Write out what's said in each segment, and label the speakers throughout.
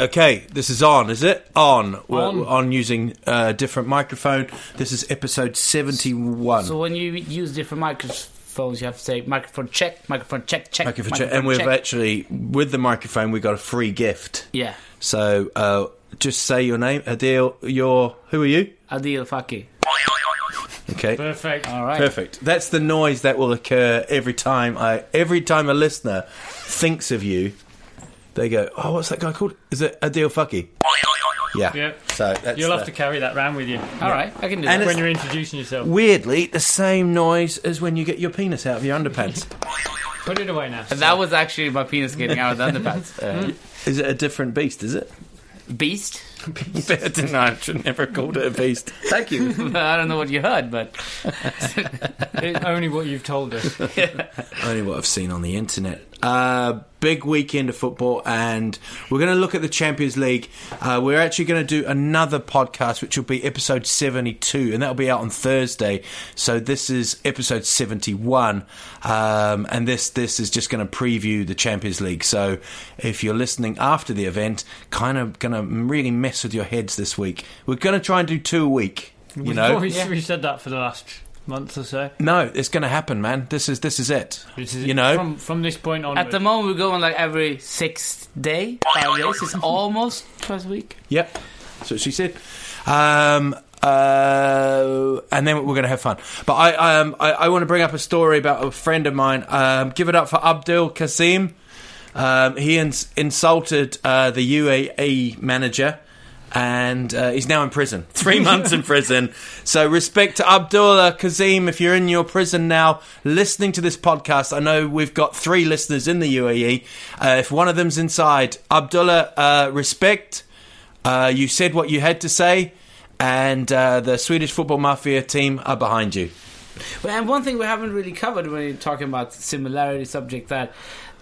Speaker 1: Okay, this is on, is it? On. We're
Speaker 2: On.
Speaker 1: on, using a different microphone. This is episode 71.
Speaker 2: So when you use different microphones, you have to say microphone check, microphone check, check,
Speaker 1: microphone check. And we've actually, with the microphone, we got a free gift.
Speaker 2: yeah,
Speaker 1: So uh, just say your name, Adil, your. Who are you?
Speaker 2: Adil Faki.
Speaker 1: Okay.
Speaker 3: Perfect.
Speaker 2: All right,
Speaker 1: Perfect. That's the noise that will occur every time I every time a listener thinks of you. They go, "Oh, what's that guy called? Is it Adil Fucky?" Yeah.
Speaker 3: Yeah.
Speaker 1: So that's
Speaker 3: You'll have
Speaker 1: the-
Speaker 3: to carry that round with you
Speaker 2: all right, I can do
Speaker 1: And
Speaker 2: that.
Speaker 3: when you're introducing yourself.
Speaker 1: weirdly the same noise as when you get your penis out of your underpants.
Speaker 3: Put it away now.
Speaker 2: That was actually my penis getting out of the underpants. Uh,
Speaker 1: is it a different beast? Is it?
Speaker 2: beast.
Speaker 1: no, I should never have called it a beast. Thank you.
Speaker 2: I don't know what you heard, but
Speaker 3: It's only what you've told us.
Speaker 1: Only what I've seen on the internet. Uh, big weekend of football, and we're going to look at the Champions League. Uh, we're actually going to do another podcast, which will be episode 72, and that'll be out on Thursday. So this is episode 71, um, and this this is just going to preview the Champions League. So if you're listening after the event, kind of going to really mess with your heads this week. We're going to try and do two a week. You know,
Speaker 3: we, we said that for the last month or so.
Speaker 1: no, it's going to happen, man. This is this is it.
Speaker 3: This is-
Speaker 1: you know,
Speaker 3: from from this point on,
Speaker 2: at the moment we're going like every sixth day, five days. It's almost twice a week.
Speaker 1: Yep. That's what she said. Um, uh, and then we're going to have fun. But I, I, um, I, I want to bring up a story about a friend of mine. Um, give it up for Abdul Kasim. Um, he ins- insulted uh, the UAE manager. And uh, he's now in prison. Three months in prison. So, respect to Abdullah Kazim. If you're in your prison now, listening to this podcast, I know we've got three listeners in the UAE. Uh, if one of them's inside, Abdullah, uh, respect. Uh, you said what you had to say, and uh, the Swedish football mafia team are behind you.
Speaker 2: But- And one thing we haven't really covered when you're talking about similarity subject that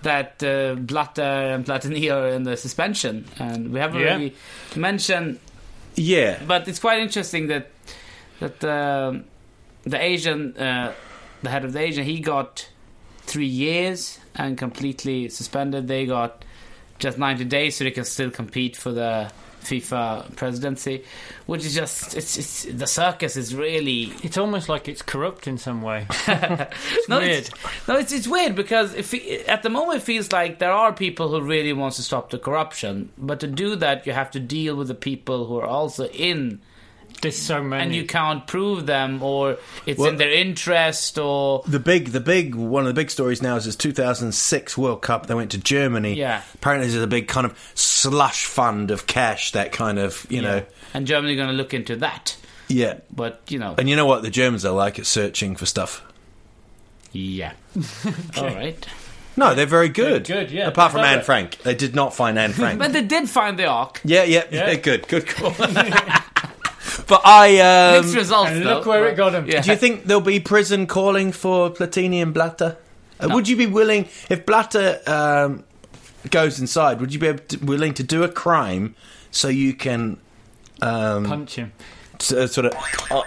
Speaker 2: that uh, Blatter and Platini are in the suspension, and we haven't
Speaker 3: Yeah.
Speaker 2: really mentioned.
Speaker 1: Yeah,
Speaker 2: But it's quite interesting that that um the Asian, uh, the head of the Asian, he got three years and completely suspended. They got just 90 days, so they can still compete for the FIFA presidency, which is just it's, it's the circus is really
Speaker 3: it's almost like it's corrupt in some way.
Speaker 2: no,
Speaker 3: weird.
Speaker 2: It's, no, it's, it's weird because if it, at the moment it feels like there are people who really wants to stop the corruption, but to do that you have to deal with the people who are also in,
Speaker 3: There's so many.
Speaker 2: and you can't prove them or it's
Speaker 1: Well-
Speaker 2: in their interest or
Speaker 1: the big, the big one of the big stories now is this 2006 World Cup. They went to Germany.
Speaker 2: Yeah.
Speaker 1: apparently there's a big kind of slush fund of cash that kind of you know
Speaker 2: and Germany going to look into that.
Speaker 1: yeah.
Speaker 2: But you know,
Speaker 1: And you know what the Germans are like at searching for stuff.
Speaker 2: yeah. All right.
Speaker 1: No, they're very good.
Speaker 3: They're good, yeah.
Speaker 1: Apart from
Speaker 3: Clever.
Speaker 1: Anne Frank, they did not find Anne Frank.
Speaker 2: But they did find the ark.
Speaker 1: yeah, yeah,
Speaker 3: Yeah.
Speaker 1: yeah, good, good call. but I um,
Speaker 2: Mixed results.
Speaker 3: and
Speaker 2: though.
Speaker 3: look where it got 'em.
Speaker 2: Yeah.
Speaker 1: Do you think there'll be prison calling for Platini and Blatter? Uh, Would you be willing if Blatter um, goes inside? Would you be able to, willing to do a crime so you can um,
Speaker 3: punch him.
Speaker 1: s- uh, sort of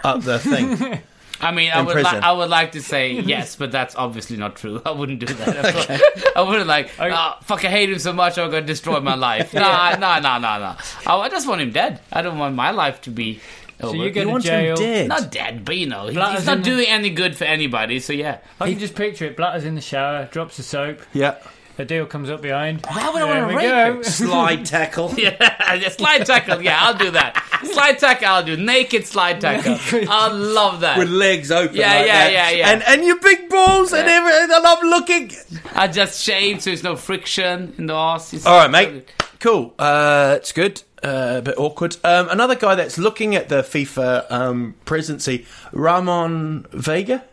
Speaker 1: up the thing?
Speaker 2: I mean, I
Speaker 1: In
Speaker 2: would, li-
Speaker 1: prison.
Speaker 2: I would like to say yes, but that's obviously not true. I wouldn't do that. I wouldn't like, ah, fuck, I hate him so much, I'm going to destroy my life. Nah, nah, nah, nah, nah. I, I just want him dead. I don't want my life to be over.
Speaker 3: So you go
Speaker 1: You
Speaker 3: to
Speaker 1: want him
Speaker 3: jail.
Speaker 1: dead.
Speaker 2: not dead, but you know, he-
Speaker 3: Blatters
Speaker 2: he's not
Speaker 3: in-
Speaker 2: doing any good for anybody, so yeah.
Speaker 3: I can just picture it. Blatters in the shower, drops the soap.
Speaker 1: yeah.
Speaker 3: A deal comes up behind.
Speaker 2: Why would I
Speaker 3: There
Speaker 2: want to
Speaker 3: we
Speaker 2: rape
Speaker 3: go.
Speaker 2: him?
Speaker 4: Slide tackle.
Speaker 2: Yeah, yeah, slide tackle. Yeah, I'll do that. Slide tackle, I'll do. Naked slide tackle. I love that.
Speaker 4: With legs open.
Speaker 2: Yeah,
Speaker 4: like
Speaker 2: yeah,
Speaker 4: that.
Speaker 2: yeah, yeah.
Speaker 1: And and your big balls and
Speaker 2: Yeah.
Speaker 1: everything. I love looking.
Speaker 2: I just shave so there's no friction in the arse. It's-
Speaker 1: All right, mate. Cool. Uh, it's good. Uh, a bit awkward. Um, another guy that's looking at the FIFA um, presidency, Ramon Vega,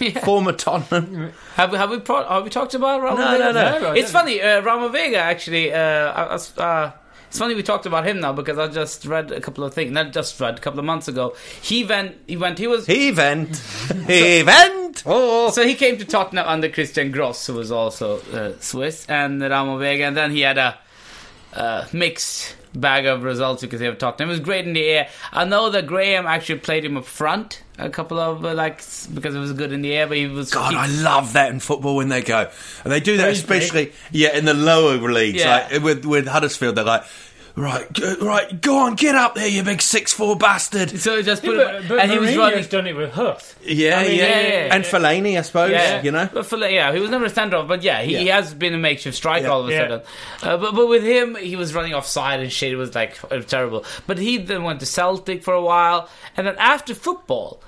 Speaker 2: Yeah.
Speaker 1: former Tottenham.
Speaker 2: Have we have we, pro- have we talked about Ramon
Speaker 1: No, no,
Speaker 2: Vega?
Speaker 1: no.
Speaker 3: No, I
Speaker 2: It's
Speaker 3: don't.
Speaker 2: funny, uh, Ramon Vega actually. Uh, I- I s- uh, it's funny we talked about him now because I just read a couple of things. Not just read a couple of months ago. He went. He went. He was.
Speaker 1: Event. Event. Oh.
Speaker 2: so he came to Tottenham under Christian Gross, who was also uh, Swiss, and Ramon Vega, and then he had a uh, mixed bag of results because they have Tottenham. It was great in the air. I know that Graham actually played him up front a couple of uh, like s- because it was good in the air, but he was
Speaker 1: God,
Speaker 2: he-
Speaker 1: I love that in football when they go, and they do that
Speaker 3: Who's big?
Speaker 1: especially yeah in the lower leagues,
Speaker 2: Yeah.
Speaker 1: like with with Huddersfield. They're like, right, g- right, go on, get up there, you big six four bastard.
Speaker 2: so he just put
Speaker 3: But,
Speaker 2: him,
Speaker 3: but
Speaker 2: and he was
Speaker 3: Mourinho's
Speaker 2: running.
Speaker 3: done it with Huth.
Speaker 1: Yeah,
Speaker 2: mean,
Speaker 1: yeah,
Speaker 2: yeah, yeah, yeah.
Speaker 1: and Fellaini, I suppose.
Speaker 2: Yeah,
Speaker 1: You know,
Speaker 2: but for, yeah, he was never a stand off, but yeah, he, he
Speaker 1: Yeah.
Speaker 2: has been a makeshift striker
Speaker 1: Yeah.
Speaker 2: all of a
Speaker 3: Yeah.
Speaker 2: sudden. Uh, but but with him, he was running offside and shit. It was like uh, terrible. But he then went to Celtic for a while, and then after football.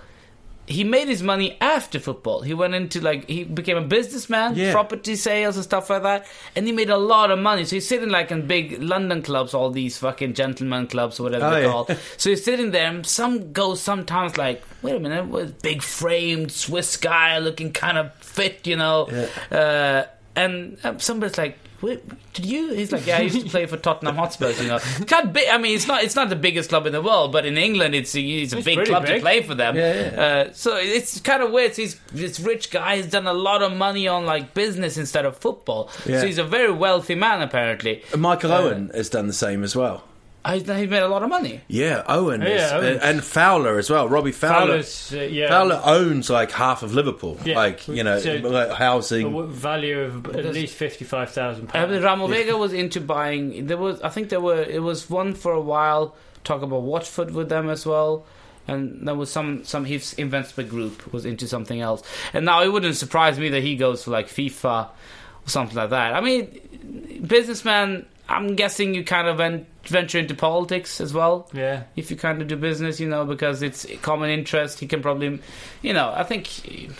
Speaker 2: He made his money after football. He went into like he became a businessman,
Speaker 1: Yeah.
Speaker 2: property sales and stuff like that, and he made a lot of money. So he's sitting like in big London clubs, all these fucking gentlemen clubs or whatever
Speaker 1: Oh,
Speaker 2: they're
Speaker 1: yeah.
Speaker 2: called. So he's sitting there, and some go sometimes like, wait a minute, what big framed Swiss guy looking kind of fit, you know? Uh, and um, somebody's like, "Wait, did you? He's like, yeah, I used to play for Tottenham Hotspurs, you know. Can't be, I mean, it's not it's not the biggest club in the world, but in England, it's a, it's a
Speaker 3: It's
Speaker 2: big
Speaker 3: pretty
Speaker 2: club to
Speaker 3: big.
Speaker 2: play for them. Uh, so it's kind of weird. So he's this rich guy has done a lot of money on like business instead of football.
Speaker 1: Yeah.
Speaker 2: So he's a very wealthy man apparently.
Speaker 1: Michael Owen has done the same as well.
Speaker 2: I, he made a lot of money.
Speaker 1: Yeah, Owen is,
Speaker 3: Yeah, Owen.
Speaker 1: and Fowler as well. Robbie Fowler.
Speaker 3: Fowler's, uh, yeah.
Speaker 1: Fowler owns like half of Liverpool,
Speaker 3: Yeah.
Speaker 1: like you know,
Speaker 3: So-
Speaker 1: like
Speaker 3: A
Speaker 1: housing.
Speaker 3: w- value of at least fifty-five thousand
Speaker 2: Uh, but
Speaker 3: pounds.
Speaker 2: Ramo Vega was into buying. There was, I think, there were. It was one for a while. Talk about Watford with them as well, and there was some some his investment group was into something else. And now it wouldn't surprise me that he goes for like FIFA or something like that. I mean, businessman. I'm guessing you kind of ven- venture into politics as well.
Speaker 3: Yeah.
Speaker 2: If you kind of do business, you know, because it's a common interest, he can probably, you know, I think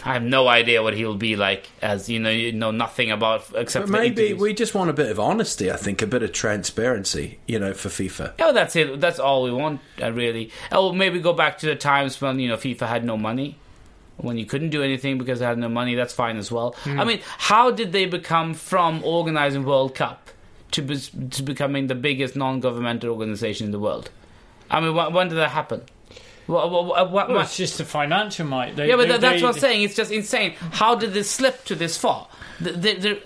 Speaker 2: I have no idea what he'll be like, as you know, you know nothing about
Speaker 1: But
Speaker 2: except for the
Speaker 1: maybe
Speaker 2: interviews.
Speaker 1: we just want a bit of honesty. I think a bit of transparency, you know, for FIFA.
Speaker 2: Yeah, well, Oh, that's it. That's all we want, uh, really. Oh, maybe go back to the times when you know FIFA had no money, when you couldn't do anything because they had no money. That's fine as well.
Speaker 3: Hmm.
Speaker 2: I mean, how did they become from organizing World Cup to be- to becoming the biggest non-governmental organization in the world? I mean, wh- when did that happen? Wha wha wha wha-
Speaker 3: Well, it's just the financial might. They,
Speaker 2: yeah, but
Speaker 3: they,
Speaker 2: tha- that's
Speaker 3: they-
Speaker 2: what I'm saying. It's just insane. How did this slip to this far? The, the, the,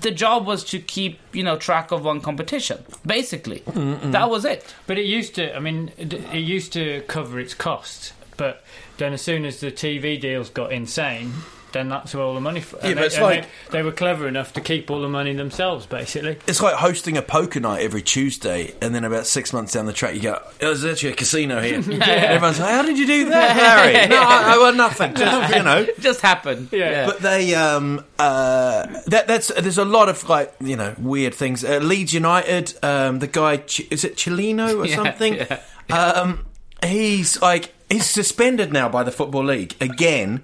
Speaker 2: the job was to keep you know track of one competition. Basically, that was it.
Speaker 3: But it used to. I mean, it, it used to cover its costs. But then, as soon as the TV deals got insane, then that's where all the money. For,
Speaker 1: Yeah, but
Speaker 3: they,
Speaker 1: it's
Speaker 3: and
Speaker 1: like-
Speaker 3: they, they were clever enough to keep all the money themselves, basically.
Speaker 1: It's like hosting a poker night every Tuesday, and then about six months down the track, you go, "Oh, "There's actually a casino here." And Everyone's like, "How did you do that, Harry?" No, I, I well, nothing. Just, you know.
Speaker 2: just happened.
Speaker 3: Yeah.
Speaker 1: But they, um, uh, that, that's there's a lot of like you know weird things. Uh, Leeds United, um, the guy Ch- is it Chilino or
Speaker 2: Yeah,
Speaker 1: something?
Speaker 2: yeah.
Speaker 1: Um, he's like he's suspended now by the football league again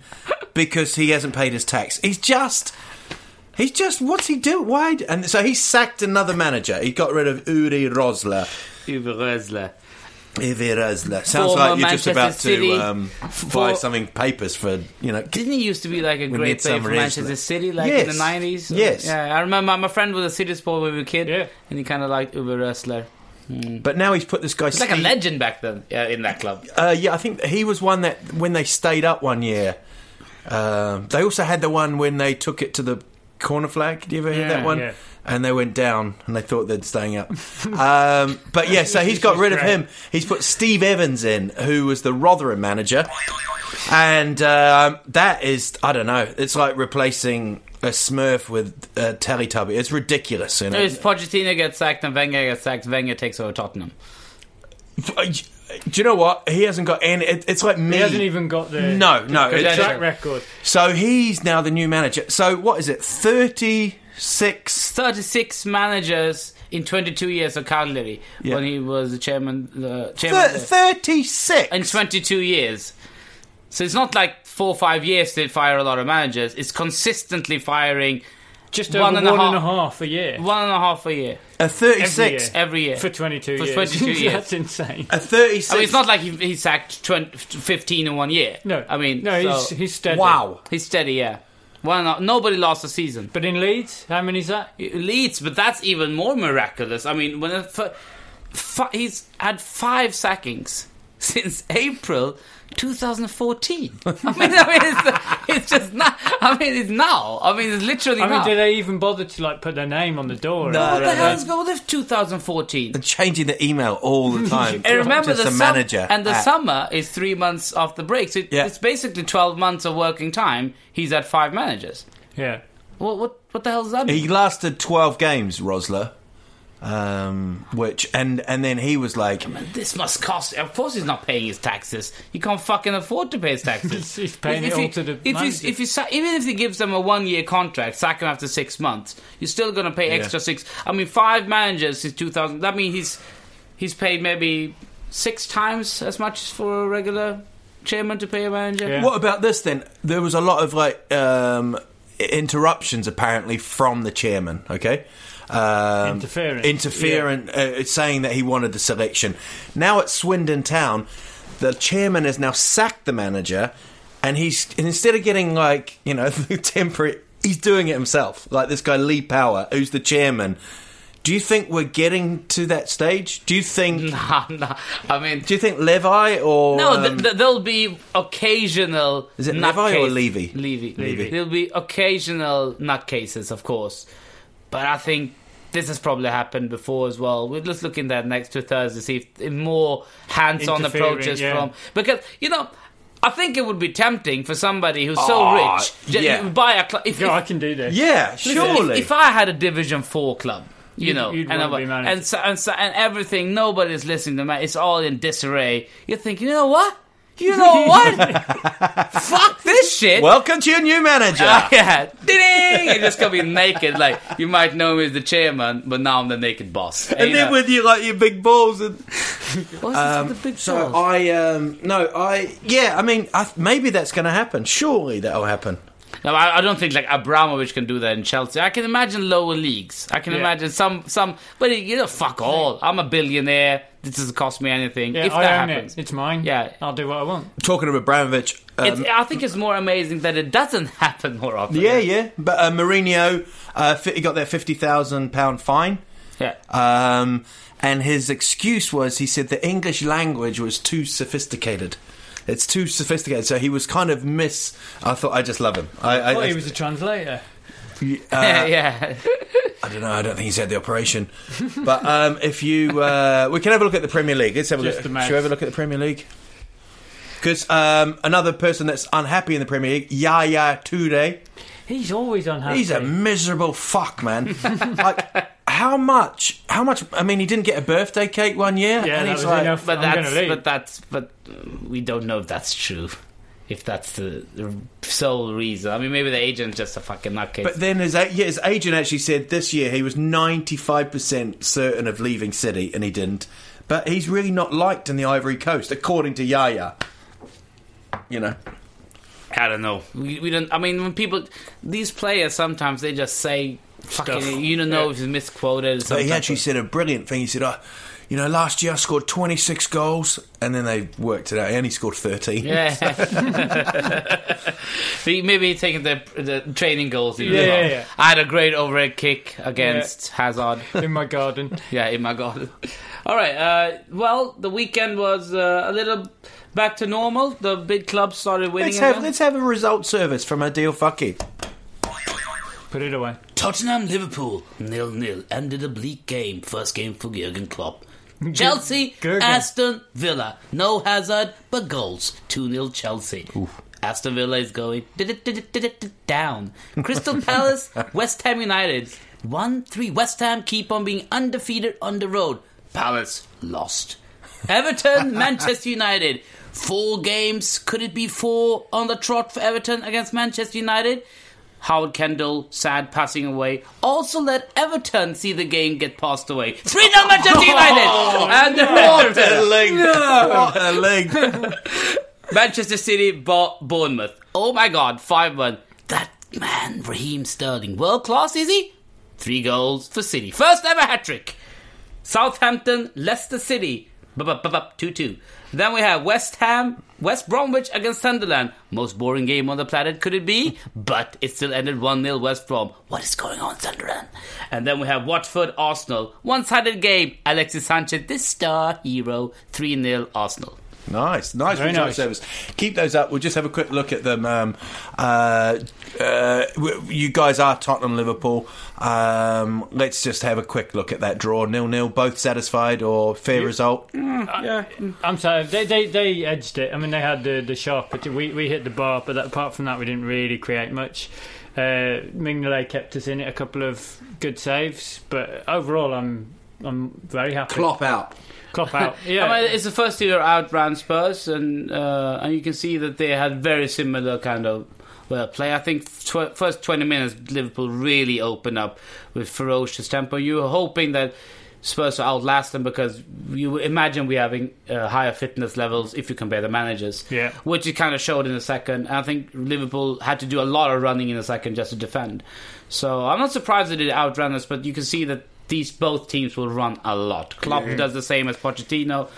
Speaker 1: because he hasn't paid his tax. He's just. He's just what's he do? Why? d- And so he sacked another manager. He got rid of Uri Rosler.
Speaker 2: Uwe Rösler.
Speaker 1: Uri Rosler sounds
Speaker 2: Former
Speaker 1: like you're just
Speaker 2: Manchester
Speaker 1: about
Speaker 2: City.
Speaker 1: to um, buy
Speaker 2: For-
Speaker 1: something papers for you know.
Speaker 2: Didn't he used to be like a
Speaker 1: We need
Speaker 2: great player
Speaker 1: some
Speaker 2: for
Speaker 1: Rösler.
Speaker 2: Manchester City, like in
Speaker 1: Yes.
Speaker 2: the nineties?
Speaker 1: Yes.
Speaker 2: Yeah, I remember my friend was a City sport when we were a kid,
Speaker 3: Yeah.
Speaker 2: and he kind of liked Uwe Rösler.
Speaker 1: But now he's put this guy.
Speaker 2: He's like a
Speaker 1: Steve-
Speaker 2: legend back then yeah, in that club.
Speaker 1: Uh, yeah, I think he was one that when they stayed up one year. Um, they also had the one when they took it to the corner flag. Do you ever hear
Speaker 2: Yeah,
Speaker 1: that one?
Speaker 3: yeah.
Speaker 1: and they went down, and they thought they'd staying up. Um, but yeah, so he's got rid of him. He's put Steve Evans in, who was the Rotherham manager, and um, that is I don't know. It's like replacing a Smurf with a Teletubby. It's ridiculous, you know.
Speaker 2: If Pochettino gets sacked and Wenger gets sacked, Wenger takes over Tottenham.
Speaker 1: Do you know what? He hasn't got any. It, it's like me.
Speaker 3: He hasn't even got the
Speaker 1: No, no.
Speaker 3: the
Speaker 1: it's-
Speaker 3: track record.
Speaker 1: So he's now the new manager. So what is it? Thirty-six.
Speaker 2: 36 managers in 22 years of Cagliari
Speaker 1: Yeah.
Speaker 2: when he was the chairman. The chairman
Speaker 1: Thir- Thirty-six.
Speaker 2: in 22 years. So it's not like four or five years they fire a lot of managers. It's consistently firing
Speaker 3: Just over
Speaker 2: One
Speaker 3: one
Speaker 2: and a half-
Speaker 3: and a half a year.
Speaker 2: one and a half a year,
Speaker 1: a
Speaker 3: Every
Speaker 1: thirty-six.
Speaker 3: year.
Speaker 2: every year.
Speaker 3: For 22
Speaker 2: For
Speaker 3: years.
Speaker 2: 22 years.
Speaker 3: That's insane.
Speaker 1: A thirty-six.
Speaker 2: I mean, it's Oh, not like he, he sacked 20, 15 in one year.
Speaker 3: No.
Speaker 2: I mean,
Speaker 3: no,
Speaker 2: so-
Speaker 3: he's, he's steady.
Speaker 1: wow.
Speaker 2: he's steady, yeah. One and a- nobody lost a season.
Speaker 3: But in Leeds, how many is that?
Speaker 2: Leeds, but that's even more miraculous. I mean, when a f- f- he's had five sackings since April 2014. I mean, I mean, it's, it's just not. I mean, it's now. I mean, it's literally
Speaker 3: I mean,
Speaker 2: now.
Speaker 3: do they even bother to like put their name on the door?
Speaker 1: No.
Speaker 2: what the hell's going with 2014?
Speaker 1: And changing the email all the time.
Speaker 2: I remember
Speaker 1: Just
Speaker 2: the
Speaker 1: a
Speaker 2: sum-
Speaker 1: manager
Speaker 2: and the
Speaker 1: at-
Speaker 2: summer is three months after break. So it-
Speaker 1: Yeah.
Speaker 2: it's basically 12 months of working time. He's at five managers.
Speaker 3: Yeah.
Speaker 2: What what what the hell does that mean?
Speaker 1: He lasted twelve games, Rosler. Um, which and and then he was like,
Speaker 2: This must cost. Of course, he's not paying his taxes. He can't fucking afford to pay his taxes.
Speaker 3: He's paying it all
Speaker 2: he,
Speaker 3: to the
Speaker 2: if he's,
Speaker 3: manager.
Speaker 2: if he's, even if he gives them a one-year contract, sack him after six months. You're still going to pay extra six. I mean, five managers since 2000. That means he's he's paid maybe six times as much for a regular chairman to pay a manager.
Speaker 3: Yeah.
Speaker 1: What about this then? There was a lot of like um, i- interruptions apparently from the chairman. Okay, um,
Speaker 3: Interference.
Speaker 1: interference, uh, saying that he wanted the selection. Now at Swindon Town, the chairman has now sacked the manager, and he's and instead of getting like you know the temporary, he's doing it himself. Like this guy Lee Power, who's the chairman. Do you think we're getting to that stage? Do you think?
Speaker 2: Nah, nah. I mean,
Speaker 1: Do you think Levi or
Speaker 2: no,
Speaker 1: um,
Speaker 2: th- th- there'll be occasional.
Speaker 1: Is it Levi or
Speaker 2: nutcase-
Speaker 1: Levy?
Speaker 2: Levy.
Speaker 1: Levy.
Speaker 2: There'll be occasional nutcases, of course, but I think this has probably happened before as well. We're just looking at next two Thursdays, see if more hands-on
Speaker 3: Interfering,
Speaker 2: approaches
Speaker 3: yeah.
Speaker 2: from because you know. I think it would be tempting for somebody who's so
Speaker 1: Oh,
Speaker 2: rich. ju-
Speaker 1: yeah.
Speaker 2: you buy a cl- if,
Speaker 3: Yeah, I
Speaker 2: if-
Speaker 3: can do this.
Speaker 1: yeah,
Speaker 2: Listen,
Speaker 1: surely.
Speaker 2: If, if I had a Division Four club, you
Speaker 3: You'd-
Speaker 2: know,
Speaker 3: you'd
Speaker 2: and,
Speaker 3: wanna
Speaker 2: I'm-
Speaker 3: be manager.
Speaker 2: and, so, and so, and everything, nobody's listening to me. It's all in disarray. You're thinking, you know what? You know what? Fuck this shit.
Speaker 1: Welcome to your new manager.
Speaker 2: Ah, yeah, ding! You're just gonna be naked. Like you might know me as the chairman, but now I'm the naked boss.
Speaker 1: and
Speaker 2: you
Speaker 1: then
Speaker 2: know,
Speaker 1: with you like your big balls and
Speaker 2: what's this
Speaker 3: um,
Speaker 2: with the big
Speaker 1: so
Speaker 2: balls?
Speaker 1: I um no I yeah I mean I, maybe that's going to happen surely that'll happen
Speaker 2: No, I, I don't think like Abramovich can do that in Chelsea. I can imagine lower leagues. I can
Speaker 3: Yeah.
Speaker 2: imagine some some, but you know, fuck all. I'm a billionaire. This doesn't cost me anything.
Speaker 3: Yeah,
Speaker 2: if
Speaker 3: I
Speaker 2: that
Speaker 3: own
Speaker 2: happens,
Speaker 3: it. It's mine.
Speaker 2: Yeah.
Speaker 3: I'll do what I want.
Speaker 1: talking about Abramovich
Speaker 2: It's-
Speaker 1: um,
Speaker 2: I think it's more amazing that it doesn't happen more often.
Speaker 1: yeah yeah but uh, Mourinho uh, fi- he got that fifty thousand pound fine
Speaker 2: yeah.
Speaker 1: um and his excuse was he said the English language was too sophisticated. It's too sophisticated, so he was kind of miss. I thought I just love him. I, I,
Speaker 3: I thought he was a translator.
Speaker 1: uh,
Speaker 2: yeah.
Speaker 1: I don't know. I don't think he's had the operation. But um, if you, uh, we can have a look at the Premier League. Let's have a
Speaker 3: Just
Speaker 1: look.
Speaker 3: the
Speaker 1: Should we
Speaker 3: maths.
Speaker 1: have a look at the Premier League? Because um, another person that's unhappy in the Premier League, Yaya Toure,
Speaker 3: He's always unhappy.
Speaker 1: he's a miserable fuck, man. like, how much? How much? I mean, he didn't get a birthday cake one year.
Speaker 3: Yeah,
Speaker 1: and
Speaker 3: that
Speaker 1: he's
Speaker 3: was
Speaker 1: like,
Speaker 3: enough.
Speaker 2: But
Speaker 3: I'm going
Speaker 2: that's
Speaker 3: to leave.
Speaker 2: but that's but we don't know if that's true. If that's the, the sole reason, I mean, maybe the agent's just a fucking nutcase.
Speaker 1: But then his, a- yeah, his agent actually said this year he was 95% certain of leaving City, and he didn't. But he's really not liked in the Ivory Coast, according to Yaya. You know.
Speaker 2: I don't know. We, we don't. I mean, when people, these players sometimes they just say fucking. You don't know if it's misquoted.
Speaker 1: But he actually said a brilliant thing. He said, oh, you know, last year I scored 26 goals, and then they worked it out. He only scored 13.
Speaker 2: Yeah. So he- maybe he's taking the, the training goals.
Speaker 3: Yeah,
Speaker 2: well.
Speaker 3: yeah, yeah.
Speaker 2: I had a great overhead kick against Hazard.
Speaker 3: in my garden.
Speaker 2: Yeah, in my god. All right. Uh, well, the weekend was uh, a little back to normal. The big clubs started winning.
Speaker 1: Let's have,
Speaker 2: again.
Speaker 1: let's have a result service from Adil Fakir.
Speaker 3: Put it away.
Speaker 2: Tottenham Liverpool nil nil ended a bleak game. First game for Jurgen Klopp. Chelsea
Speaker 3: Jurgen.
Speaker 2: Aston Villa no Hazard but goals two 0 Chelsea. Aston Villa is going down. Crystal Palace West Ham United one three. West Ham keep on being undefeated on the road. Palace lost. Everton Manchester United. Four games, could it be four on the trot for Everton against Manchester United? Howard Kendall, sad passing away, also let Everton see the game get passed away. 3 0 Manchester United! and Everton.
Speaker 1: What a link.
Speaker 2: Manchester City, Bo- Bournemouth. Oh my god, 5 1. That man, Raheem Sterling, world class, is he? Three goals for City. First ever hat trick. Southampton, Leicester City, 2 2. Then we have West Ham, West Bromwich against Sunderland. Most boring game on the planet, could it be? But it still ended 1 0 West Brom. What is going on, Sunderland? And then we have Watford, Arsenal. One sided game. Alexis Sanchez, this star hero, 3 0 Arsenal.
Speaker 1: Nice, nice
Speaker 3: Very
Speaker 1: return
Speaker 3: nice.
Speaker 1: service. Keep those up. We'll just have a quick look at them. Um, uh, uh, w- you guys are Tottenham, Liverpool. Um, let's just have a quick look at that draw. Nil nil. Both satisfied or fair result?
Speaker 3: I'm sorry, they, they, they edged it. I mean, they had the, the sharp, but we, we hit the bar, but that, apart from that, we didn't really create much. Uh, Mignolet kept us in it a couple of good saves, but overall, I'm I'm very happy.
Speaker 4: Clop out.
Speaker 3: Klopp out. Yeah.
Speaker 2: I mean, it's the first year out ran Spurs, and uh, and you can see that they had very similar kind of well play. I think tw- first twenty minutes Liverpool really opened up with ferocious tempo. You were hoping that. Spurs will outlast them because you imagine we having uh, higher fitness levels if you compare the managers,
Speaker 3: Yeah.
Speaker 2: which it kind of showed in the second. And I think Liverpool had to do a lot of running in the second just to defend. So I'm not surprised that it outran us, but you can see that these both teams will run a lot. Klopp does the same as Pochettino,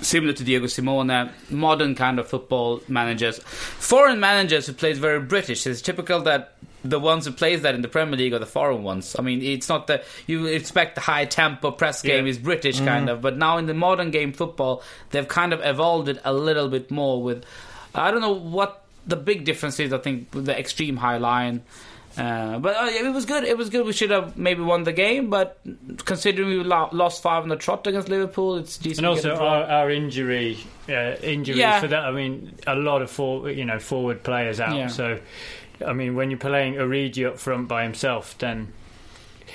Speaker 2: similar to Diego Simone, modern kind of football managers. Foreign managers who plays very British. It's typical that the ones who plays that in the Premier League are the foreign ones. I mean, it's not that you expect the high tempo press game
Speaker 3: Yeah. Mm.
Speaker 2: is British kind of, but now in the modern game football, they've kind of evolved it a little bit more with. I don't know what the big difference is. I think with the extreme high line. Uh, but uh, yeah, it was good. It was good. We should have maybe won the game, but considering we lo- lost five on the trot against Liverpool, it's decent.
Speaker 3: and
Speaker 2: to get a
Speaker 3: also
Speaker 2: draw.
Speaker 3: our, our injury uh, injuries
Speaker 2: Yeah.
Speaker 3: for that. I mean, a lot of for, you know forward players out.
Speaker 2: Yeah.
Speaker 3: So, I mean, when you're playing Origi up front by himself, then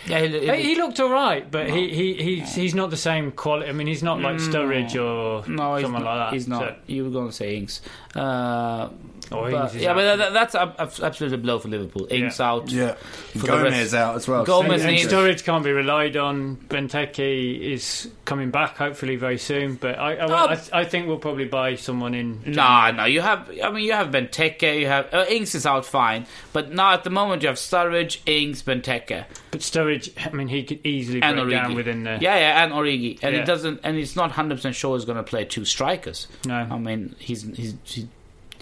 Speaker 2: yeah, he- he-
Speaker 3: he, he looked all right, but he, he he's, he's not the same quality. I mean, he's not like Sturridge or
Speaker 2: Mm. No, he's
Speaker 3: someone
Speaker 2: not,
Speaker 3: like that.
Speaker 2: He's not. You were going to say Ings. Uh,
Speaker 3: So, or
Speaker 2: but,
Speaker 3: he's
Speaker 2: yeah,
Speaker 3: out.
Speaker 2: but that, that's a, a, absolutely a blow for Liverpool. Ings out.
Speaker 1: Yeah.
Speaker 2: For the
Speaker 1: Gomez
Speaker 2: rest-
Speaker 1: out as well.
Speaker 2: Gomez
Speaker 3: and
Speaker 2: in.
Speaker 3: Sturridge can't be relied on. Benteke is coming back hopefully very soon, but I I,
Speaker 2: Oh,
Speaker 3: I, I think we'll probably buy someone in.
Speaker 2: Nah, no, you have. I mean, you have Benteke. You have uh, Ings is out fine, but now at the moment you have Sturridge, Ings, Benteke,
Speaker 3: But Sturridge, I mean, he could easily
Speaker 2: and
Speaker 3: break
Speaker 2: Origi.
Speaker 3: down within the.
Speaker 2: Yeah, yeah, and Origi, and
Speaker 3: Yeah.
Speaker 2: it doesn't, and it's not hundred percent sure he's going to play two strikers.
Speaker 3: No.
Speaker 2: I mean he's he's he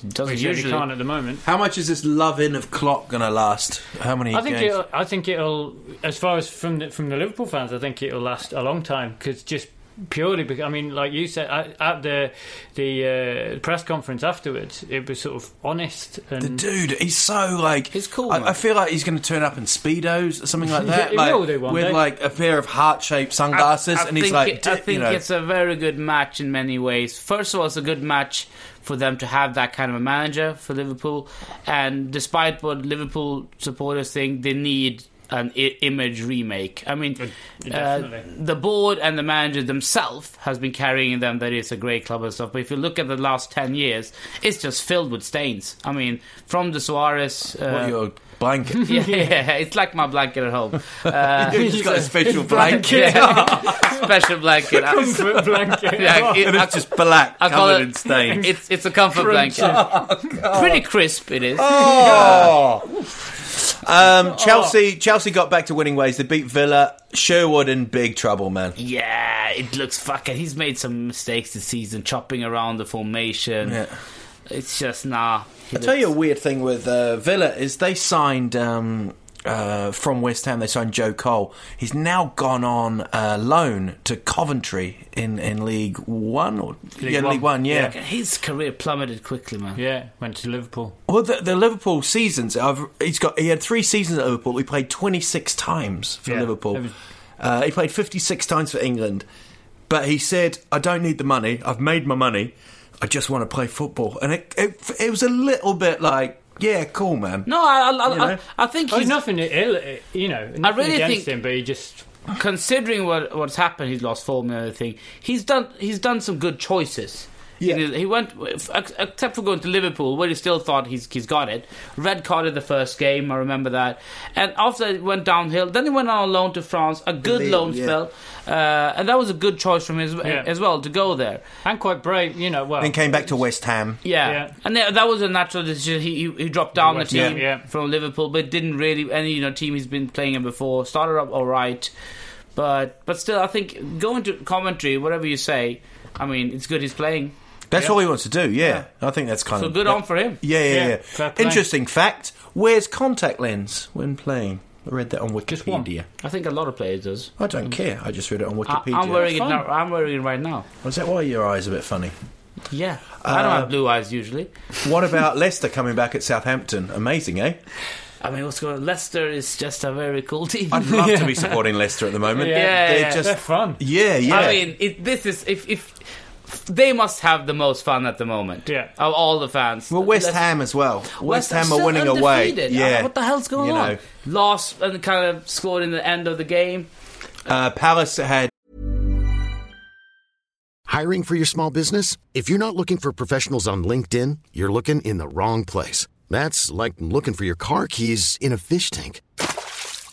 Speaker 2: doesn't
Speaker 3: Which
Speaker 2: usually.
Speaker 3: usually can't at the moment.
Speaker 1: How much is this love in of Klopp going to last? How many?
Speaker 3: I think
Speaker 1: games?
Speaker 3: it'll, I think it'll as far as from the, from the Liverpool fans I think it'll last a long time because just purely because I mean like you said at, at the the uh, press conference afterwards it was sort of honest
Speaker 1: The
Speaker 3: and
Speaker 1: dude, he's so like
Speaker 2: mm. He's cool, man.
Speaker 1: I, I feel like he's going to turn up in speedos or something like that,
Speaker 3: He
Speaker 1: like
Speaker 3: will do one
Speaker 1: with
Speaker 3: day.
Speaker 1: like a pair of heart shaped
Speaker 2: I-
Speaker 1: sunglasses,
Speaker 2: I,
Speaker 1: and he's
Speaker 2: think
Speaker 1: like,
Speaker 2: it- I
Speaker 1: "D-
Speaker 2: think
Speaker 1: you know,
Speaker 2: it's a very good match in many ways. First of all, it's a good match for them to have that kind of a manager for Liverpool, and despite what Liverpool supporters think, they need an I- image remake. I mean, uh,
Speaker 3: definitely.
Speaker 2: the board and the manager themselves has been carrying them that it's a great club and stuff. But if you look at the last ten years, it's just filled with stains. I mean, from the Suarez. Uh,
Speaker 1: what your blanket?
Speaker 2: yeah, yeah, it's like my blanket at home. Uh,
Speaker 1: he's got a special blanket,
Speaker 2: yeah. special blanket. I-
Speaker 3: comfort blanket
Speaker 2: yeah, it-
Speaker 1: and
Speaker 2: I-
Speaker 1: it's just black
Speaker 2: I call
Speaker 1: covered
Speaker 2: it-
Speaker 1: in Oh, stain.
Speaker 2: It's it's a comfort blanket. Pretty crisp it is.
Speaker 1: Oh. Um, Chelsea, Chelsea got back to winning ways. They beat Villa. Sherwood in big trouble, man.
Speaker 2: Yeah, it looks fucking. He's made some mistakes this season, chopping around the formation.
Speaker 1: Yeah.
Speaker 2: It's just nah.
Speaker 1: I'll tell you a weird thing with uh, Villa is they signed um, uh, from West Ham. They signed Joe Cole. He's now gone on uh, loan to Coventry in, in League One or
Speaker 3: League
Speaker 1: yeah,
Speaker 3: One.
Speaker 1: League One. Yeah.
Speaker 2: His career plummeted quickly, man.
Speaker 3: Yeah, went to Liverpool.
Speaker 1: Well, the, the Liverpool seasons. I've, he's got. He had three seasons at Liverpool. He played 26 times for
Speaker 3: Yeah.
Speaker 1: Liverpool.
Speaker 3: It was-
Speaker 1: Uh, he played 56 times for England. But he said, "I don't need the money. I've made my money. I just want to play football." And it it, it was a little bit like, "Yeah, cool, man."
Speaker 2: No, I, I, I,
Speaker 1: You know?
Speaker 2: I, I think
Speaker 3: Oh,
Speaker 2: he's
Speaker 3: nothing ill, you know. Nothing
Speaker 2: really
Speaker 3: against
Speaker 2: think-
Speaker 3: him, but he just
Speaker 2: considering what what's happened. He's lost form and everything. He's done he's done some good choices.
Speaker 1: Yeah.
Speaker 2: In his- He went, f- ex- except for going to Liverpool, where he still thought he's he's got it. Red carded the first game, I remember that. And after it went downhill, then he went on loan to France, a good
Speaker 1: Lille,
Speaker 2: loan
Speaker 1: yeah.
Speaker 2: spell, uh, and that was a good choice from him as,
Speaker 3: Yeah.
Speaker 2: as well to go there.
Speaker 3: and quite brave, you know. Well,
Speaker 1: Then came back to West Ham.
Speaker 2: Yeah.
Speaker 3: Yeah.
Speaker 2: and that, that was a natural decision. He he, he dropped down the
Speaker 3: went-
Speaker 2: team
Speaker 3: Yeah, yeah.
Speaker 2: from Liverpool, but didn't really any you know team he's been playing in before started up all right, but but still I think going to commentary whatever you say, I mean it's good he's playing,
Speaker 1: That's all he wants to do. Yeah, I think that's kind
Speaker 2: so
Speaker 1: of
Speaker 2: good
Speaker 1: that-
Speaker 2: on for him.
Speaker 1: Um, Yeah,
Speaker 3: Yeah,
Speaker 1: yeah, yeah.
Speaker 3: fair play.
Speaker 1: Interesting fact: wears contact lens when playing. I read that on Wikipedia.
Speaker 3: Just one.
Speaker 2: I think a lot of players does.
Speaker 1: I don't care. I just read it on
Speaker 2: I,
Speaker 1: Wikipedia.
Speaker 2: I'm wearing it
Speaker 3: Fun.
Speaker 2: now. I'm wearing it right now.
Speaker 1: Is that why your eyes are a bit funny?
Speaker 2: Yeah, I don't
Speaker 1: Uh,
Speaker 2: have blue eyes usually.
Speaker 1: What about Leicester coming back at Southampton? Amazing, eh?
Speaker 2: I mean, what's going? on? Leicester is just a very cool team.
Speaker 1: I'd love to be supporting Leicester at the moment.
Speaker 2: Yeah,
Speaker 1: they're
Speaker 2: yeah,
Speaker 3: they're
Speaker 1: just
Speaker 3: fun.
Speaker 1: yeah, yeah.
Speaker 2: I mean, it, this is if if they must have the most fun at the moment.
Speaker 3: Yeah.
Speaker 2: of all the fans.
Speaker 1: well, West
Speaker 2: Let's-
Speaker 1: Ham as well. West, Ham
Speaker 2: still
Speaker 1: are winning away.
Speaker 2: undefeated. I
Speaker 1: Yeah,
Speaker 2: mean, what the hell's going
Speaker 1: You know.
Speaker 2: on? Lost and kind of scored in the end of the game.
Speaker 1: Uh, Palace had
Speaker 5: Hiring for your small business? If you're not looking for professionals on LinkedIn, you're looking in the wrong place. That's like looking for your car keys in a fish tank.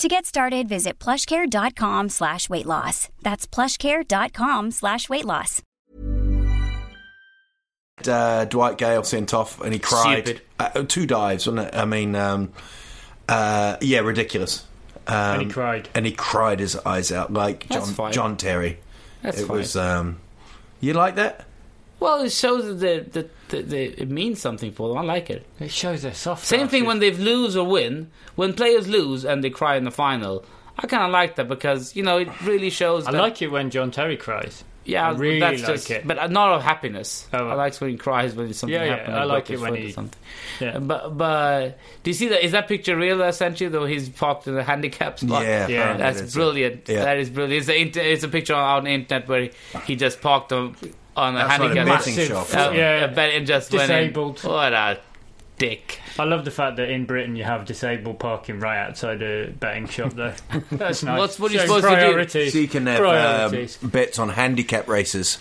Speaker 4: To get started, visit plushcare.com slash weight loss. That's plushcare.com slash weight loss.
Speaker 1: uh, Dwight Gale sent off, and he cried.
Speaker 2: Stupid.
Speaker 1: Uh, two dives, wasn't it? I mean, um, uh, yeah, ridiculous. Um,
Speaker 3: And he cried.
Speaker 1: and he cried his eyes out like
Speaker 2: That's
Speaker 1: John,
Speaker 2: fine.
Speaker 1: John Terry.
Speaker 2: That's
Speaker 1: it
Speaker 2: fine.
Speaker 1: was. Um, you like that?
Speaker 2: well, it shows that the, the, the, the, it means something for them. I like it.
Speaker 3: It shows their soft.
Speaker 2: Same thing
Speaker 3: asses.
Speaker 2: when they lose or win. When players lose and they cry in the final, I kind of like that because you know it really shows.
Speaker 3: I
Speaker 2: that,
Speaker 3: like it when John Terry cries.
Speaker 2: Yeah,
Speaker 3: I really
Speaker 2: that's
Speaker 3: like
Speaker 2: just,
Speaker 3: it.
Speaker 2: But uh, not of happiness.
Speaker 3: Oh, well.
Speaker 2: I like when he cries when something
Speaker 3: Yeah, yeah,
Speaker 2: happens.
Speaker 3: I
Speaker 2: like broke his
Speaker 3: like it when
Speaker 2: foot or
Speaker 3: he-
Speaker 2: something.
Speaker 3: Yeah.
Speaker 2: But but do you see that? Is that picture real? Essentially, though, he's parked in the handicap spot.
Speaker 1: Yeah,
Speaker 3: Yeah.
Speaker 1: apparently it
Speaker 2: that's
Speaker 1: is.
Speaker 2: brilliant.
Speaker 1: Yeah.
Speaker 2: That is brilliant. It's a, inter- it's a picture on the internet where he, he just parked on on a
Speaker 1: That's not a
Speaker 2: handicap
Speaker 1: betting
Speaker 3: Massive.
Speaker 1: shop.
Speaker 2: uh,
Speaker 1: is it?
Speaker 3: Yeah.
Speaker 2: a bet and just went in.
Speaker 3: Disabled.
Speaker 2: What a dick!
Speaker 3: I love the fact that in Britain you have disabled parking right outside a betting shop. Though that's nice.
Speaker 2: What's- what are you
Speaker 3: Shows
Speaker 2: supposed to do?
Speaker 3: priorities.
Speaker 1: So you can have um,
Speaker 3: priorities.
Speaker 1: bets on handicap races.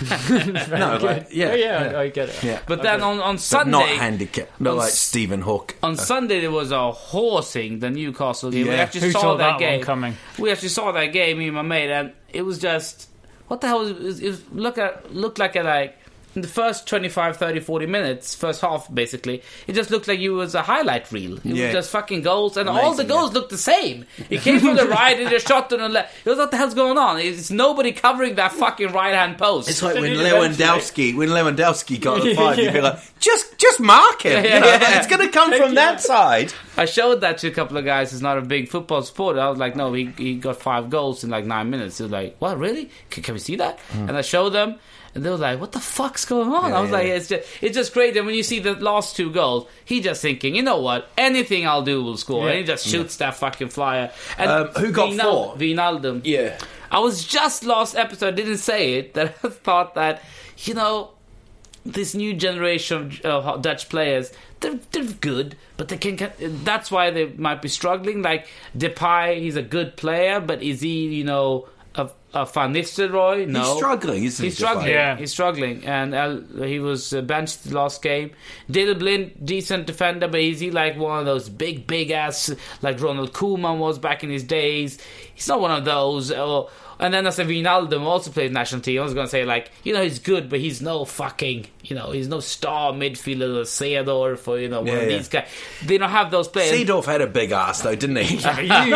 Speaker 1: no, um, like, yeah,
Speaker 2: Oh,
Speaker 3: yeah, yeah, I, I get it.
Speaker 1: yeah.
Speaker 2: But then on on
Speaker 1: But
Speaker 2: Sunday,
Speaker 1: not handicap, not
Speaker 2: on
Speaker 1: like
Speaker 2: s-
Speaker 1: Stephen Hawk.
Speaker 2: on Sunday there was a horsing the Newcastle game. We
Speaker 1: Yeah.
Speaker 2: actually
Speaker 3: Who
Speaker 2: saw,
Speaker 3: saw that one
Speaker 2: game
Speaker 3: coming?
Speaker 2: We actually saw that game, me and my mate, and it was just what the hell was it? Was, it was- look at looked like a like in the first 25, 30, 40 minutes, first half basically, it just looked like it was a highlight reel. It
Speaker 1: Yeah.
Speaker 2: was just fucking goals, and all the
Speaker 1: Amazing,
Speaker 2: goals looked the same. It came from the right and just shot to the left. It was what the hell's going on? It's nobody covering that fucking right hand post.
Speaker 1: It's like
Speaker 3: They
Speaker 1: when
Speaker 3: did eventually.
Speaker 1: Lewandowski, when Lewandowski got the five, you'd be
Speaker 3: Yeah.
Speaker 1: like, just, just mark him.
Speaker 2: Yeah,
Speaker 1: you know?
Speaker 2: yeah, yeah.
Speaker 1: It's going to come
Speaker 3: Thank
Speaker 1: from
Speaker 3: you.
Speaker 1: that side.
Speaker 2: I showed that to a couple of guys who's not a big football supporter. I was like, no, he, he got five goals in like nine minutes. They were like, what, really? Can, can we see that? And I showed them, and they were like, what the fuck's going on?
Speaker 1: Yeah,
Speaker 2: I was
Speaker 1: Mm. yeah,
Speaker 2: like,
Speaker 1: yeah.
Speaker 2: it's just, it's just great. And when you see the last two goals, he just thinking, you know what? Anything I'll do will score. And he just shoots that fucking flyer. And
Speaker 1: Um, who got
Speaker 2: Wijnal-
Speaker 1: four?
Speaker 2: Wijnaldum.
Speaker 1: Yeah.
Speaker 2: I was just last episode, didn't say it, that I thought that, you know, this new generation of uh, Dutch players, they're, they're good, but they can, can. That's why they might be struggling. Like Depay, he's a good player, but is he, you know, a, a Van Nistelrooy? No,
Speaker 1: He's struggling, isn't he,
Speaker 2: He's struggling.
Speaker 1: Depay?
Speaker 3: Yeah.
Speaker 2: He's struggling, and uh, he was uh, benched the last game. Daley Blind, decent defender, but is he like one of those big, big ass like Ronald Koeman was back in his days? He's not one of those. Or, and then I said Wijnaldum also played national team. I was gonna say like you know he's good, but he's no fucking you know he's no star midfielder or Seedorf or you know one
Speaker 1: Yeah,
Speaker 2: of
Speaker 1: yeah.
Speaker 2: these guys. They don't have those players.
Speaker 1: Seedorf had a big ass though, didn't he?
Speaker 3: you
Speaker 1: no,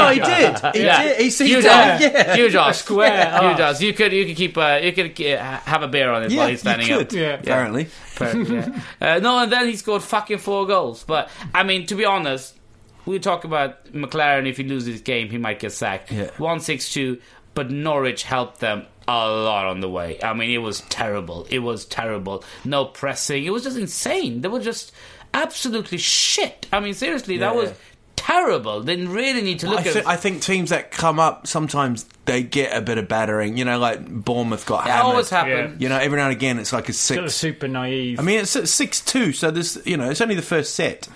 Speaker 1: he
Speaker 3: got-
Speaker 1: did. He
Speaker 2: Yeah.
Speaker 1: did. He said,
Speaker 2: huge
Speaker 1: yeah.
Speaker 2: ass,
Speaker 1: yeah.
Speaker 2: huge ass,
Speaker 3: square
Speaker 2: huge
Speaker 3: ass.
Speaker 2: ass. You could, you could keep, uh, you could uh, have a beer on it
Speaker 1: Yeah,
Speaker 2: while he's
Speaker 1: you
Speaker 2: standing up.
Speaker 1: could,
Speaker 3: Yeah.
Speaker 1: apparently.
Speaker 2: Apparently, yeah. uh, no, and then he scored fucking four goals. But I mean, to be honest, we talk about McLaren. If he loses this game, he might get sacked.
Speaker 1: Yeah.
Speaker 2: One six two, but Norwich helped them a lot on the way. I mean, it was terrible. It was terrible. No pressing. It was just insane. They were just absolutely shit. I mean, seriously, that
Speaker 1: Yeah,
Speaker 2: was
Speaker 1: yeah.
Speaker 2: terrible. They really need to look
Speaker 1: I,
Speaker 2: at.
Speaker 1: thi- I think teams that come up sometimes they get a bit of battering. You know, like Bournemouth got
Speaker 2: that
Speaker 1: hammered.
Speaker 2: always happened.
Speaker 1: You know, every now and again it's like a
Speaker 3: Sort of
Speaker 1: six.
Speaker 3: super naive.
Speaker 1: I mean, it's six two, so this you know it's only the first set.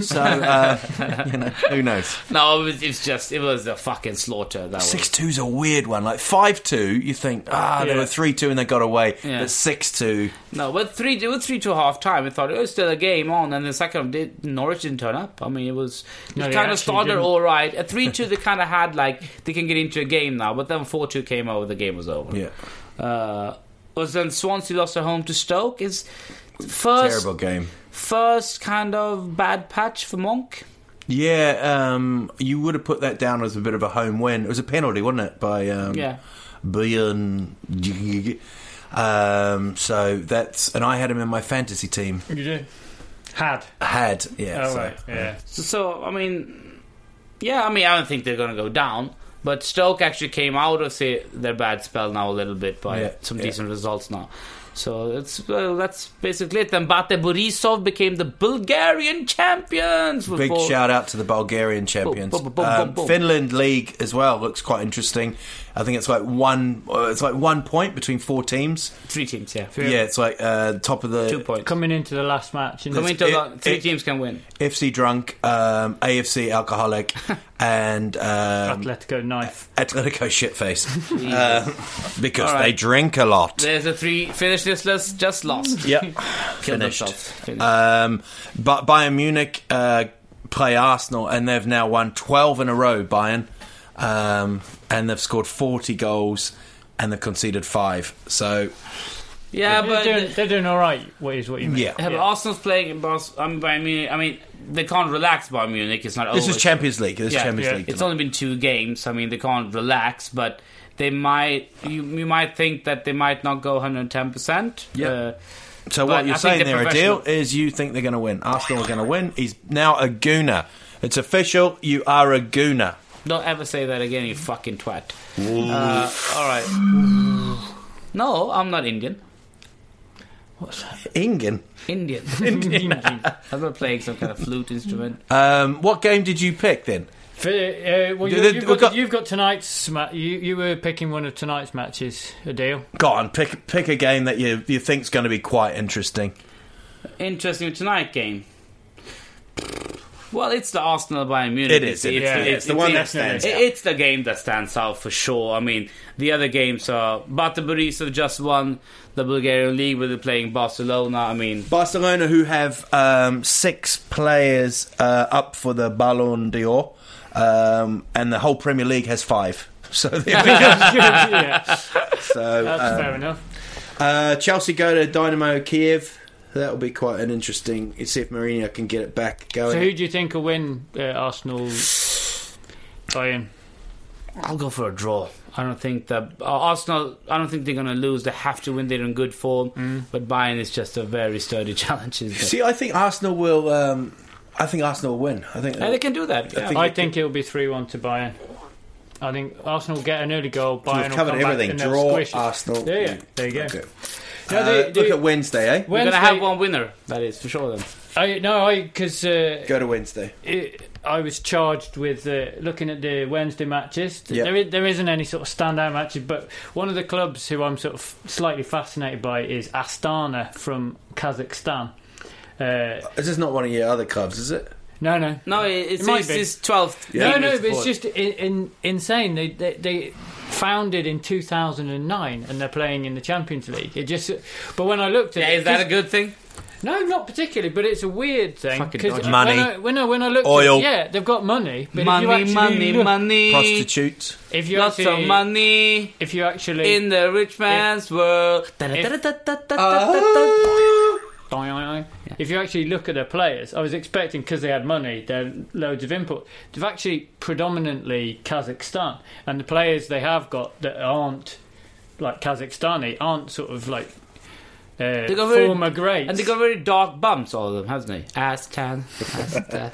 Speaker 1: So uh, you know, who knows?
Speaker 2: No, it was, it's just it was a fucking slaughter. That was.
Speaker 1: Six two's a weird one. Like five two, you think ah they
Speaker 3: Yeah.
Speaker 1: were three two and they got away,
Speaker 2: Yeah.
Speaker 1: but six two.
Speaker 2: No, but three it was three to half time. I thought it was still a game on, and the second half, did Norwich didn't turn up. I mean, it was it
Speaker 3: No, they
Speaker 2: kind of
Speaker 3: actually
Speaker 2: started
Speaker 3: didn't.
Speaker 2: all right. At three two, they kind of had like they can get into a game now, but then four two came over, the game was over.
Speaker 1: Yeah,
Speaker 2: Uh, was then Swansea lost at home to Stoke. Is first
Speaker 1: terrible game.
Speaker 2: first kind of bad patch for Monk.
Speaker 1: Yeah, um, you would have put that down as a bit of a home win. It was a penalty, wasn't it? By um,
Speaker 2: Yeah.
Speaker 1: Bjorn. Um, so that's and I had him in my fantasy team.
Speaker 3: you do. Had.
Speaker 1: Had yeah,
Speaker 3: Oh,
Speaker 1: so,
Speaker 3: right. Yeah.
Speaker 2: So, so I mean, yeah, I mean, I don't think they're going to go down. But Stoke actually came out of say, their bad spell now a little bit by
Speaker 1: Yeah,
Speaker 2: some
Speaker 1: yeah.
Speaker 2: decent results now. So that's well, that's basically it. Then Bate Borisov became the Bulgarian champions. with
Speaker 1: Big
Speaker 2: four-
Speaker 1: shout out to the Bulgarian champions.
Speaker 2: boom, boom, boom,
Speaker 1: Um,
Speaker 2: boom.
Speaker 1: Finland league as well looks quite interesting. I think it's like one. uh, It's like one point between four teams.
Speaker 2: Three teams, yeah,
Speaker 1: Yeah, it's like uh, top of the
Speaker 2: two points.
Speaker 3: Coming into the last match. In
Speaker 2: Coming
Speaker 3: the,
Speaker 2: to
Speaker 1: it-
Speaker 2: lo- three
Speaker 1: it-
Speaker 2: teams can win.
Speaker 1: FC drunk, um, AFC alcoholic, and um,
Speaker 3: Atletico knife.
Speaker 1: Atletico shitface uh, because
Speaker 2: All right.
Speaker 1: they drink a lot.
Speaker 2: There's a three finish this list just lost.
Speaker 1: Yep,
Speaker 2: Kill
Speaker 1: finished.
Speaker 2: themselves. Finished.
Speaker 1: Um, but Bayern Munich uh, play Arsenal, and they've now won 12 in a row, Bayern. Um, and they've scored 40 goals, and they've conceded five. So,
Speaker 2: yeah,
Speaker 3: They're
Speaker 2: but
Speaker 3: doing, they're doing all right. What is what you mean?
Speaker 1: yeah.
Speaker 2: Yeah, but Arsenal's playing in Bas- I mean, by Munich. I mean, they can't relax by Munich. It's not over.
Speaker 1: This is Champions League. This is
Speaker 2: Yeah,
Speaker 1: Champions
Speaker 3: yeah.
Speaker 1: League.
Speaker 2: It's
Speaker 1: tonight.
Speaker 2: only been two games. I mean, they can't relax, but they might. You, you might think that they might not go 110. percent
Speaker 1: Yeah.
Speaker 2: Uh,
Speaker 1: so
Speaker 2: but
Speaker 1: what
Speaker 2: I
Speaker 1: you're saying
Speaker 2: think they're
Speaker 1: there, Adil, is you think they're going to win. Arsenal are going to win. He's now a gooner. It's official. You are a gooner.
Speaker 2: don't ever say that again, you fucking twat. Uh, all right. No, I'm not Indian.
Speaker 1: Ingen.
Speaker 2: Indian. I'm not playing some kind of flute instrument.
Speaker 1: Um, what game did you pick then?
Speaker 3: For, uh, well, you,
Speaker 1: They-
Speaker 3: you've,
Speaker 1: we've
Speaker 3: got,
Speaker 1: got-
Speaker 3: you've got tonight's ma- you, you were picking one of tonight's matches, a deal.
Speaker 1: Go on, pick pick a game that you you think's going to be quite interesting.
Speaker 2: Interesting tonight game. Well, it's the Arsenal Bayern Munich.
Speaker 1: It is. It is.
Speaker 3: Yeah,
Speaker 1: it's, the one that stands.
Speaker 2: It- It's the game that stands out for sure. I mean, the other games are Bata Borisov just won the Bulgarian league with playing Barcelona. I mean,
Speaker 1: Barcelona, who have um, six players uh, up for the Ballon d'Or, um, and the whole Premier League has five. So, there we go.
Speaker 3: yeah, that's
Speaker 1: so um,
Speaker 3: fair enough.
Speaker 1: Uh, Chelsea go to Dynamo Kiev. That'll be quite an interesting. It's if Mourinho can get it back going.
Speaker 3: So who do you think will win uh, Arsenal? Bayern.
Speaker 2: I'll go for a draw. I don't think that uh, Arsenal. I don't think they're going to lose. They have to win. They're in good form.
Speaker 1: Mm.
Speaker 2: But Bayern is just a very sturdy challenge. isn't it?
Speaker 1: See, I think Arsenal will. Um, I think Arsenal will win. I think.
Speaker 2: and they can do that.
Speaker 1: I
Speaker 2: yeah.
Speaker 1: think-
Speaker 3: I think it'll be three-one to Bayern. I think Arsenal will get an early goal. Bayern
Speaker 1: We've
Speaker 3: will
Speaker 1: covered
Speaker 3: come back
Speaker 1: everything.
Speaker 3: and they'll
Speaker 1: Draw
Speaker 3: squish it.
Speaker 1: Arsenal.
Speaker 3: Yeah, yeah. There you go.
Speaker 1: Okay.
Speaker 3: No,
Speaker 1: Uh,
Speaker 3: they- they-
Speaker 1: look at Wednesday, eh?
Speaker 2: We're going to
Speaker 3: Wednesday-
Speaker 2: have one winner. That is for sure. Then
Speaker 3: I, no, I because uh,
Speaker 1: Go to Wednesday.
Speaker 3: it, I was charged with uh, looking at the Wednesday matches.
Speaker 1: Yeah.
Speaker 3: There, is, there isn't any sort of standout matches, but one of the clubs who I'm sort of slightly fascinated by is Astana from Kazakhstan. Uh,
Speaker 1: This is not one of your other clubs, is it?
Speaker 3: no, no,
Speaker 2: no, it- it's
Speaker 3: It might
Speaker 2: it's
Speaker 3: be.
Speaker 2: his twelfth.
Speaker 3: No, no, but it's just in, in, insane. They, they they founded in 2009 and they're playing in the Champions League. It just, but when I looked at
Speaker 2: Yeah,
Speaker 3: it,
Speaker 2: is that a
Speaker 3: 'cause-
Speaker 2: good thing?
Speaker 3: No, not particularly, but it's a weird thing.
Speaker 2: Fucking
Speaker 3: 'cause
Speaker 2: dodgy.
Speaker 3: when
Speaker 1: Money.
Speaker 3: I- When I, when I looked,
Speaker 1: Oil.
Speaker 3: At, yeah, they've got money. But if you
Speaker 2: Money,
Speaker 3: actually
Speaker 2: money,
Speaker 3: look-
Speaker 2: money.
Speaker 1: Prostitutes.
Speaker 3: If you
Speaker 2: Lots
Speaker 3: actually,
Speaker 2: of money
Speaker 3: If you actually,
Speaker 2: in the rich man's world. Ah.
Speaker 3: if you actually look at their players, I was expecting because they had money, they had loads of input. They've actually predominantly Kazakhstan, and the players they have got that aren't like Kazakhstani aren't sort of like uh,
Speaker 2: got very-
Speaker 3: former greats.
Speaker 2: And they got very dark bumps, all of them, haven't they? Aztan, Aztan.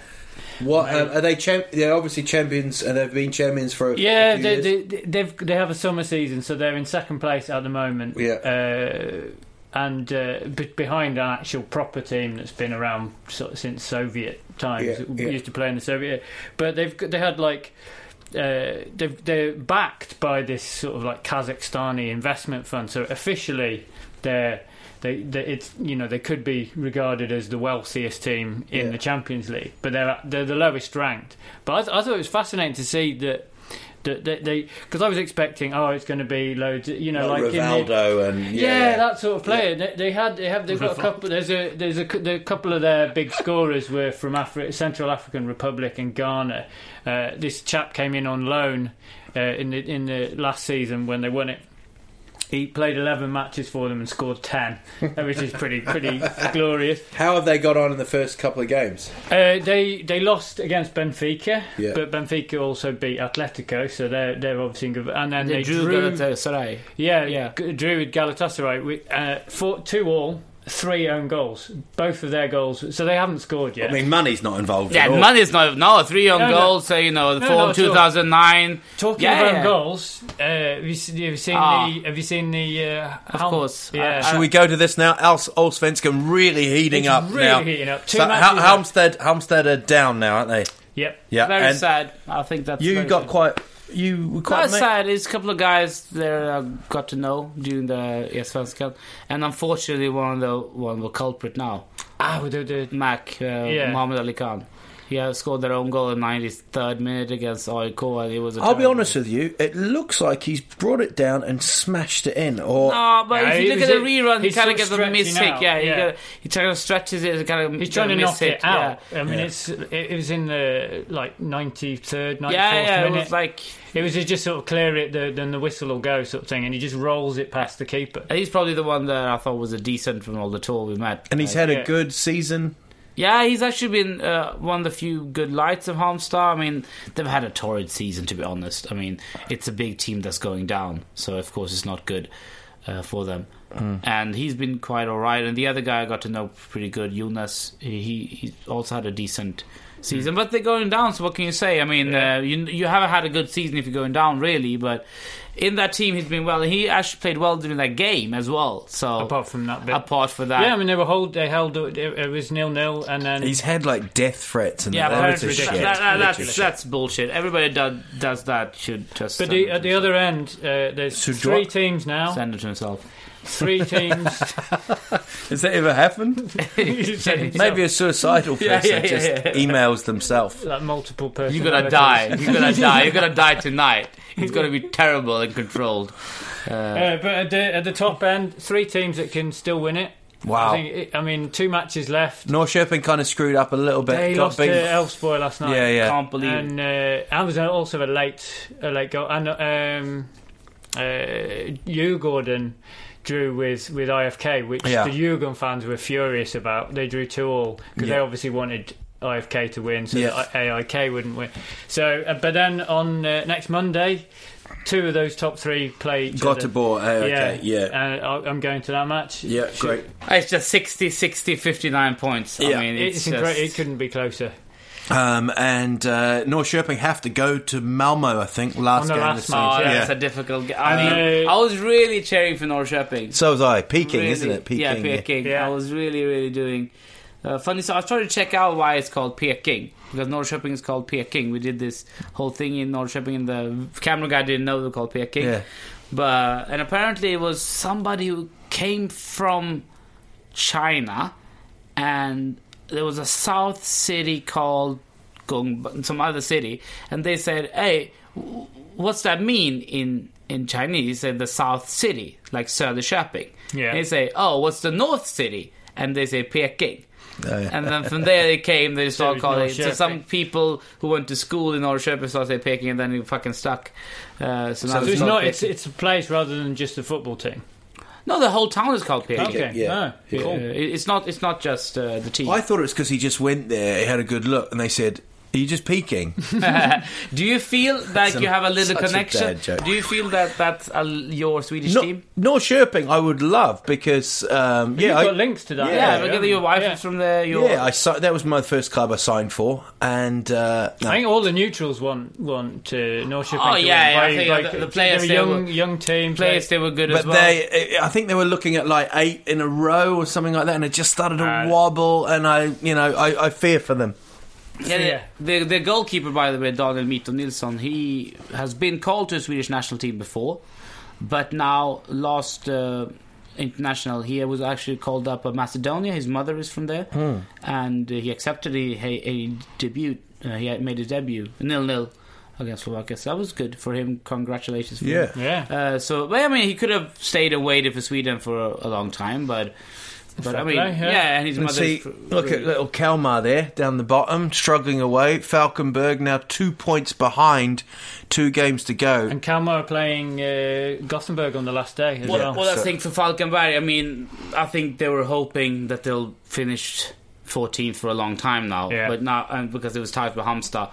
Speaker 1: What um, are they? Champ- they're obviously champions, and they've been champions for. a- a
Speaker 3: yeah,
Speaker 1: few
Speaker 3: they,
Speaker 1: years.
Speaker 3: they, they've they have a summer season, so they're in second place at the moment.
Speaker 1: Yeah.
Speaker 3: Uh, and uh, be- behind an actual proper team that's been around sort of since Soviet times,
Speaker 1: Yeah,
Speaker 3: We
Speaker 1: yeah.
Speaker 3: used to play in the Soviet. But they've got- they had like uh, they've, they're backed by this sort of like Kazakhstani investment fund. So officially, they're they, they it's you know they could be regarded as the wealthiest team in
Speaker 1: Yeah.
Speaker 3: the Champions League, but they're they're the lowest ranked. But I, th- I thought it was fascinating to see that. That that they, because I was expecting, oh, it's going to be loads, you know, like,
Speaker 1: Like
Speaker 3: in the-
Speaker 1: Uh, Rivaldo and yeah,
Speaker 3: yeah, that sort of player. They, they had, they have, they've got a couple. There's a, there's a, cou- the couple of their big scorers were from Afri- Central African Republic and Ghana. Uh, this chap came in on loan uh, in the in the last season when they won it. He played 11 matches for them and scored 10, which is pretty pretty glorious.
Speaker 1: How have they got on in the first couple of games?
Speaker 3: Uh, they they lost against Benfica,
Speaker 1: Yeah.
Speaker 3: but Benfica also beat Atletico, so they're they're obviously in good. And then
Speaker 2: They
Speaker 3: they,
Speaker 2: drew Galatasaray.
Speaker 3: yeah,
Speaker 2: Yeah.
Speaker 3: yeah. Drew with Galatasaray. We, uh, four, two all, three own goals. Both of their goals. So they haven't scored yet.
Speaker 1: I mean, money's not involved.
Speaker 2: Yeah,
Speaker 1: at all.
Speaker 2: money's not no three on
Speaker 3: No, no.
Speaker 2: goals. So you know the
Speaker 3: No,
Speaker 2: form
Speaker 3: not at all.
Speaker 2: 2009.
Speaker 3: Talking
Speaker 2: Yeah,
Speaker 3: of own
Speaker 2: yeah.
Speaker 3: goals, uh, have, you, se- have you seen
Speaker 2: Ah.
Speaker 3: the? Have you seen the? Uh,
Speaker 2: Of
Speaker 3: how-
Speaker 2: course. Uh,
Speaker 3: Yeah.
Speaker 2: I-
Speaker 1: Should we go to this now? Als Allsvenskan really heating
Speaker 3: It's
Speaker 1: up
Speaker 3: really
Speaker 1: now.
Speaker 3: heating up. Two
Speaker 1: So
Speaker 3: matches
Speaker 1: Hel-
Speaker 3: left.
Speaker 1: Helmstead, Helmstead are down now, aren't they?
Speaker 3: yep.
Speaker 1: Yeah,
Speaker 2: Very
Speaker 1: and
Speaker 2: sad. I think that's
Speaker 1: You
Speaker 2: very
Speaker 1: got
Speaker 2: sad.
Speaker 1: quite. You were quite.
Speaker 2: Quite
Speaker 1: ma-
Speaker 2: sad. It's a couple of guys there I got to know during the E Svenska, and unfortunately one of the one of the culprit now,
Speaker 3: Ah, well, the, the,
Speaker 2: Mac uh,
Speaker 3: Yeah.
Speaker 2: Mohamed Ali Khan. He has scored their own goal in 93rd minute against Oiko, and it was. A
Speaker 1: I'll be
Speaker 2: terrible-
Speaker 1: honest with you. It looks like he's brought it down and smashed it in. Or
Speaker 2: No, Ah, but
Speaker 3: Yeah,
Speaker 2: if
Speaker 3: he
Speaker 2: you look at
Speaker 3: was-
Speaker 2: the rerun, he
Speaker 3: he's
Speaker 2: kind of
Speaker 3: sort of
Speaker 2: gets a miss
Speaker 3: stretching
Speaker 2: hit.
Speaker 3: out,
Speaker 2: Yeah, he
Speaker 3: yeah.
Speaker 2: kinda- he kind of stretches it. and Kind of
Speaker 3: he's trying to knock
Speaker 2: hit.
Speaker 3: it out.
Speaker 2: Yeah.
Speaker 3: I mean,
Speaker 1: Yeah.
Speaker 3: it's it, it was in the like 93rd, 94th
Speaker 2: Yeah, yeah, it
Speaker 3: minute.
Speaker 2: was like
Speaker 3: It was just sort of clear it, the, then the whistle will go sort of thing, and he just rolls it past the keeper.
Speaker 2: he's probably the one that I thought was a decent from all the tour we met.
Speaker 1: and he's had
Speaker 3: Yeah.
Speaker 1: a good season.
Speaker 2: Yeah, he's actually been uh, one of the few good lights of Halmstad. I mean, they've had a torrid season, to be honest. I mean, it's a big team that's going down, so of course it's not good uh, for them.
Speaker 3: Hmm.
Speaker 2: And he's been quite all right. And the other guy I got to know pretty good, Jonas. He he he also had a decent season,
Speaker 3: Hmm.
Speaker 2: but they're going down. So what can you say? I mean, uh, you you haven't had a good season if you're going down, really. But in that team, he's been well. He actually played well during that game as well. So
Speaker 3: Apart from that bit.
Speaker 2: apart from that,
Speaker 3: Yeah, I mean they were hold. They held. It, it was nil nil, and then
Speaker 1: He's had like death threats and
Speaker 2: Yeah,
Speaker 1: that.
Speaker 2: but
Speaker 1: That's
Speaker 3: apparently
Speaker 1: shit.
Speaker 2: that,
Speaker 3: ridiculous.
Speaker 2: that- that- that's, that's bullshit. Everybody does, does that should just.
Speaker 3: But
Speaker 2: send
Speaker 3: the,
Speaker 2: it
Speaker 3: at
Speaker 2: to
Speaker 3: the other end, uh, there's
Speaker 1: So Dro-
Speaker 3: three teams now.
Speaker 2: himself. send it to himself.
Speaker 3: Three teams.
Speaker 1: Has that ever happened? Maybe a suicidal
Speaker 2: Yeah,
Speaker 1: person
Speaker 2: yeah, yeah,
Speaker 1: just
Speaker 2: yeah.
Speaker 1: emails themselves.
Speaker 3: like multiple persons.
Speaker 2: You're gonna die. You're gonna die. You're gonna die tonight. It's gonna be terrible and controlled.
Speaker 3: Uh, but at the, at the top end, three teams that can still win it.
Speaker 1: Wow.
Speaker 3: I, think it- I mean, two matches left.
Speaker 1: Norrköping kind of screwed up a little bit.
Speaker 3: They
Speaker 1: got
Speaker 3: lost Oh,
Speaker 1: beat-
Speaker 3: to Elfsborg last night.
Speaker 1: yeah, yeah.
Speaker 2: Can't believe. it.
Speaker 3: And uh, I was also a late, a late goal. And um, uh, you, Gordon, drew with, with IFK, which
Speaker 1: Yeah.
Speaker 3: the Yugon fans were furious about. They drew two all because they
Speaker 1: Yeah.
Speaker 3: obviously wanted IFK to win, so
Speaker 1: Yeah.
Speaker 3: that AIK wouldn't win. So, uh, but then on uh, next Monday, two of those top three play. Each other.
Speaker 1: Göteborg, AIK, yeah.
Speaker 3: Uh, I- I'm going to that match.
Speaker 1: Yeah,
Speaker 3: Should-
Speaker 1: great.
Speaker 2: It's just 60, 60, 59 points.
Speaker 1: Yeah.
Speaker 2: I mean, it's,
Speaker 3: It's,
Speaker 2: just,
Speaker 3: incre- it couldn't be closer.
Speaker 1: Um, and uh, Norrköping have to go to Malmo, I think, last
Speaker 3: On the
Speaker 1: game
Speaker 3: last
Speaker 1: of the
Speaker 3: match,
Speaker 2: Oh,
Speaker 1: season.
Speaker 3: yeah.
Speaker 2: that's a difficult. g- I
Speaker 3: And,
Speaker 2: mean,
Speaker 3: uh,
Speaker 2: I was really cheering for Norrköping.
Speaker 6: So was I. Peking,
Speaker 2: Really-
Speaker 6: isn't it? Peking.
Speaker 2: Yeah, Peking.
Speaker 3: Yeah.
Speaker 2: I was really, really doing. Uh, funny, so I was trying to check out why it's called Peking because Norrköping is called Peking. We did this whole thing in Norrköping, and the camera guy didn't know they were called Peking.
Speaker 1: Yeah.
Speaker 2: But and apparently it was somebody who came from China, and there was a south city called Gung, some other city, and they said, "Hey, w- what's that mean in in Chinese?" They said the south city, like Söderköping.
Speaker 3: Yeah.
Speaker 2: They say, "Oh, what's the north city?" And they say Peking.
Speaker 6: Oh, yeah.
Speaker 2: And then from there they came, they
Speaker 3: So
Speaker 2: started
Speaker 3: it's
Speaker 2: calling.
Speaker 3: Norrköping.
Speaker 2: So some people who went to school in Norrköping started picking, and then you fucking stuck. Uh, so now
Speaker 3: So it's
Speaker 2: called
Speaker 3: not. It's
Speaker 2: Peking.
Speaker 3: it's a place rather than just a football team.
Speaker 2: no, the whole town is called Peking.
Speaker 3: Okay.
Speaker 6: yeah.
Speaker 3: Oh,
Speaker 2: Uh,
Speaker 3: cool.
Speaker 2: it- it's not. It's not just uh, the team.
Speaker 1: I thought it was because he just went there, he had a good look, and they said, Are you just peeking?
Speaker 2: Do you feel like
Speaker 6: a-
Speaker 2: you have a little
Speaker 6: such a
Speaker 2: connection?
Speaker 6: bad joke.
Speaker 2: Do you feel that that's a, your Swedish
Speaker 6: Nor-
Speaker 2: team?
Speaker 6: Norrköping, I would love because um,
Speaker 3: You've
Speaker 6: yeah,
Speaker 3: got
Speaker 6: I,
Speaker 3: links to that.
Speaker 2: Yeah,
Speaker 6: Yeah,
Speaker 2: because your wife
Speaker 3: Yeah.
Speaker 2: is from there. Your,
Speaker 6: yeah, I si- that was my first club I signed for, and uh, no.
Speaker 3: I think all the neutrals want want to Norship.
Speaker 2: Oh, yeah, yeah, I think
Speaker 3: like,
Speaker 2: the- the players, they
Speaker 3: they're a young
Speaker 2: were-
Speaker 3: young team
Speaker 2: players they were good as
Speaker 1: But
Speaker 2: well.
Speaker 1: they, eh, I think they were looking at like eight in a row or something like that, and it just started to
Speaker 3: Uh,
Speaker 1: wobble. And I, you know, I, I fear for them.
Speaker 2: Yeah,
Speaker 3: Yeah.
Speaker 2: The, the goalkeeper, by the way, Daniel Mito Nilsson, he has been called to the Swedish national team before, but now last uh, international, he was actually called up by Macedonia. His mother is from there,
Speaker 6: Hmm.
Speaker 2: and uh, he accepted a, a, a debut. Uh, he had made his debut nil nil against Slovakia. So that was good for him. Congratulations! For him.
Speaker 3: Yeah.
Speaker 2: Uh, so, but I mean, he could have stayed and waited for Sweden for a, a long time, but. But I
Speaker 3: Fair
Speaker 2: mean,
Speaker 3: play,
Speaker 2: yeah.
Speaker 3: yeah.
Speaker 2: and his
Speaker 1: And
Speaker 2: mother.
Speaker 1: see, look at little Kalmar there down the bottom, struggling away. Falkenberg now two points behind, two games to go.
Speaker 3: And Kalmar are playing uh, Gothenburg on the last day as
Speaker 2: Well,
Speaker 3: well.
Speaker 2: well I think for Falkenberg, I mean, I think they were hoping that they'll finish 14th for a long time now,
Speaker 3: Yeah.
Speaker 2: but now and because it was tied with Hamstad.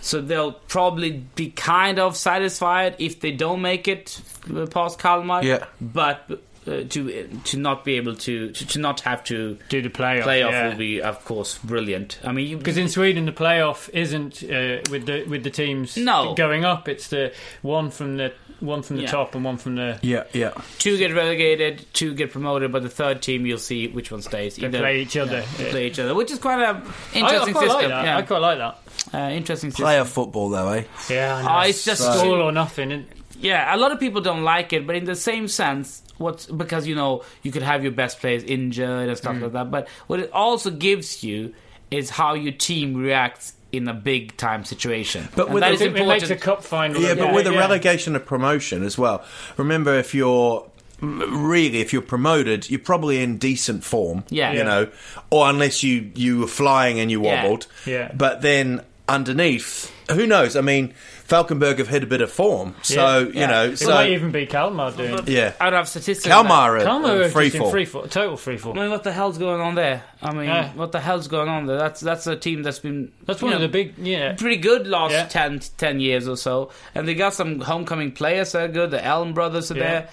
Speaker 2: So they'll probably be kind of satisfied if they don't make it uh, past Kalmar.
Speaker 1: Yeah.
Speaker 2: But uh, to to not be able to to, to not have to
Speaker 3: Do the playoff,
Speaker 2: playoff
Speaker 3: yeah.
Speaker 2: will be of course brilliant. I mean, you
Speaker 3: because in Sweden the playoff isn't uh, with the with the teams
Speaker 2: No.
Speaker 3: going up. It's the one from the one from the
Speaker 2: Yeah.
Speaker 3: top and one from the.
Speaker 1: yeah, yeah.
Speaker 2: two get relegated, two get promoted, but the third team you'll see which one stays.
Speaker 3: They play each other. Oh,
Speaker 2: they play each other, which is quite an
Speaker 3: I, I
Speaker 2: interesting
Speaker 3: quite
Speaker 2: system.
Speaker 3: like that.
Speaker 2: Yeah.
Speaker 3: I quite like that.
Speaker 2: Uh, interesting system.
Speaker 1: Player football though, eh?
Speaker 3: Yeah, I know.
Speaker 2: Oh, it's just
Speaker 3: It's all or nothing. isn't it?
Speaker 2: yeah. A lot of people don't like it, but in the same sense, what's because you know you could have your best players injured and
Speaker 3: Mm.
Speaker 2: stuff like that. But what it also gives you is how your team reacts in a big time situation.
Speaker 1: But
Speaker 2: And
Speaker 1: with
Speaker 2: that
Speaker 1: the-
Speaker 2: is
Speaker 3: It makes
Speaker 2: important.
Speaker 3: a cup final.
Speaker 1: Yeah, but with a
Speaker 3: yeah.
Speaker 1: relegation of promotion as well. Remember, if you're really if you're promoted, you're probably in decent form.
Speaker 2: Yeah.
Speaker 1: you
Speaker 2: Yeah.
Speaker 1: know, or unless you you were flying and you
Speaker 2: Yeah.
Speaker 1: wobbled.
Speaker 3: Yeah.
Speaker 1: but then underneath, who knows? I mean, Falkenberg have hit a bit of form, so
Speaker 3: Yeah.
Speaker 1: you
Speaker 3: Yeah.
Speaker 1: know,
Speaker 3: it
Speaker 1: so
Speaker 3: might even be Kalmar doing. it.
Speaker 1: yeah,
Speaker 2: I don't have statistics. on that.
Speaker 1: Kalmar, are-
Speaker 3: Kalmar
Speaker 1: are
Speaker 3: are
Speaker 1: free
Speaker 3: just in
Speaker 1: fall.
Speaker 3: free fall, total free fall.
Speaker 2: I mean, what the hell's going on there? I mean,
Speaker 3: Yeah.
Speaker 2: what the hell's going on there? That's that's a team that's been
Speaker 3: That's
Speaker 2: you
Speaker 3: one of
Speaker 2: know,
Speaker 3: the big. Yeah,
Speaker 2: pretty good
Speaker 3: Yeah.
Speaker 2: last ten ten 10, years or so. And they got some homecoming players that are good. The Elm brothers are
Speaker 3: Yeah.
Speaker 2: there.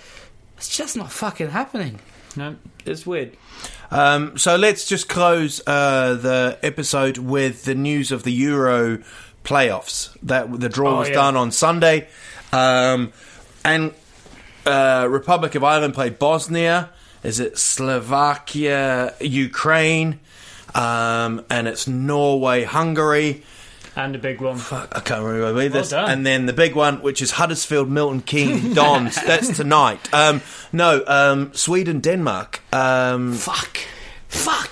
Speaker 2: It's just not fucking happening.
Speaker 3: no,
Speaker 2: It's weird.
Speaker 1: Um, so let's just close uh, the episode with the news of the Euro playoffs. That the draw
Speaker 3: Oh,
Speaker 1: was
Speaker 3: yeah.
Speaker 1: done on Sunday, um, and uh, Republic of Ireland played Bosnia. Is it Slovakia, Ukraine, um, and it's Norway, Hungary.
Speaker 3: and a big one.
Speaker 1: I can't remember either. this.
Speaker 3: done.
Speaker 1: and then the big one, which is Huddersfield, Milton Keynes, Dons. That's tonight. Um, no, um, Sweden, Denmark. Um,
Speaker 2: Fuck. Fuck.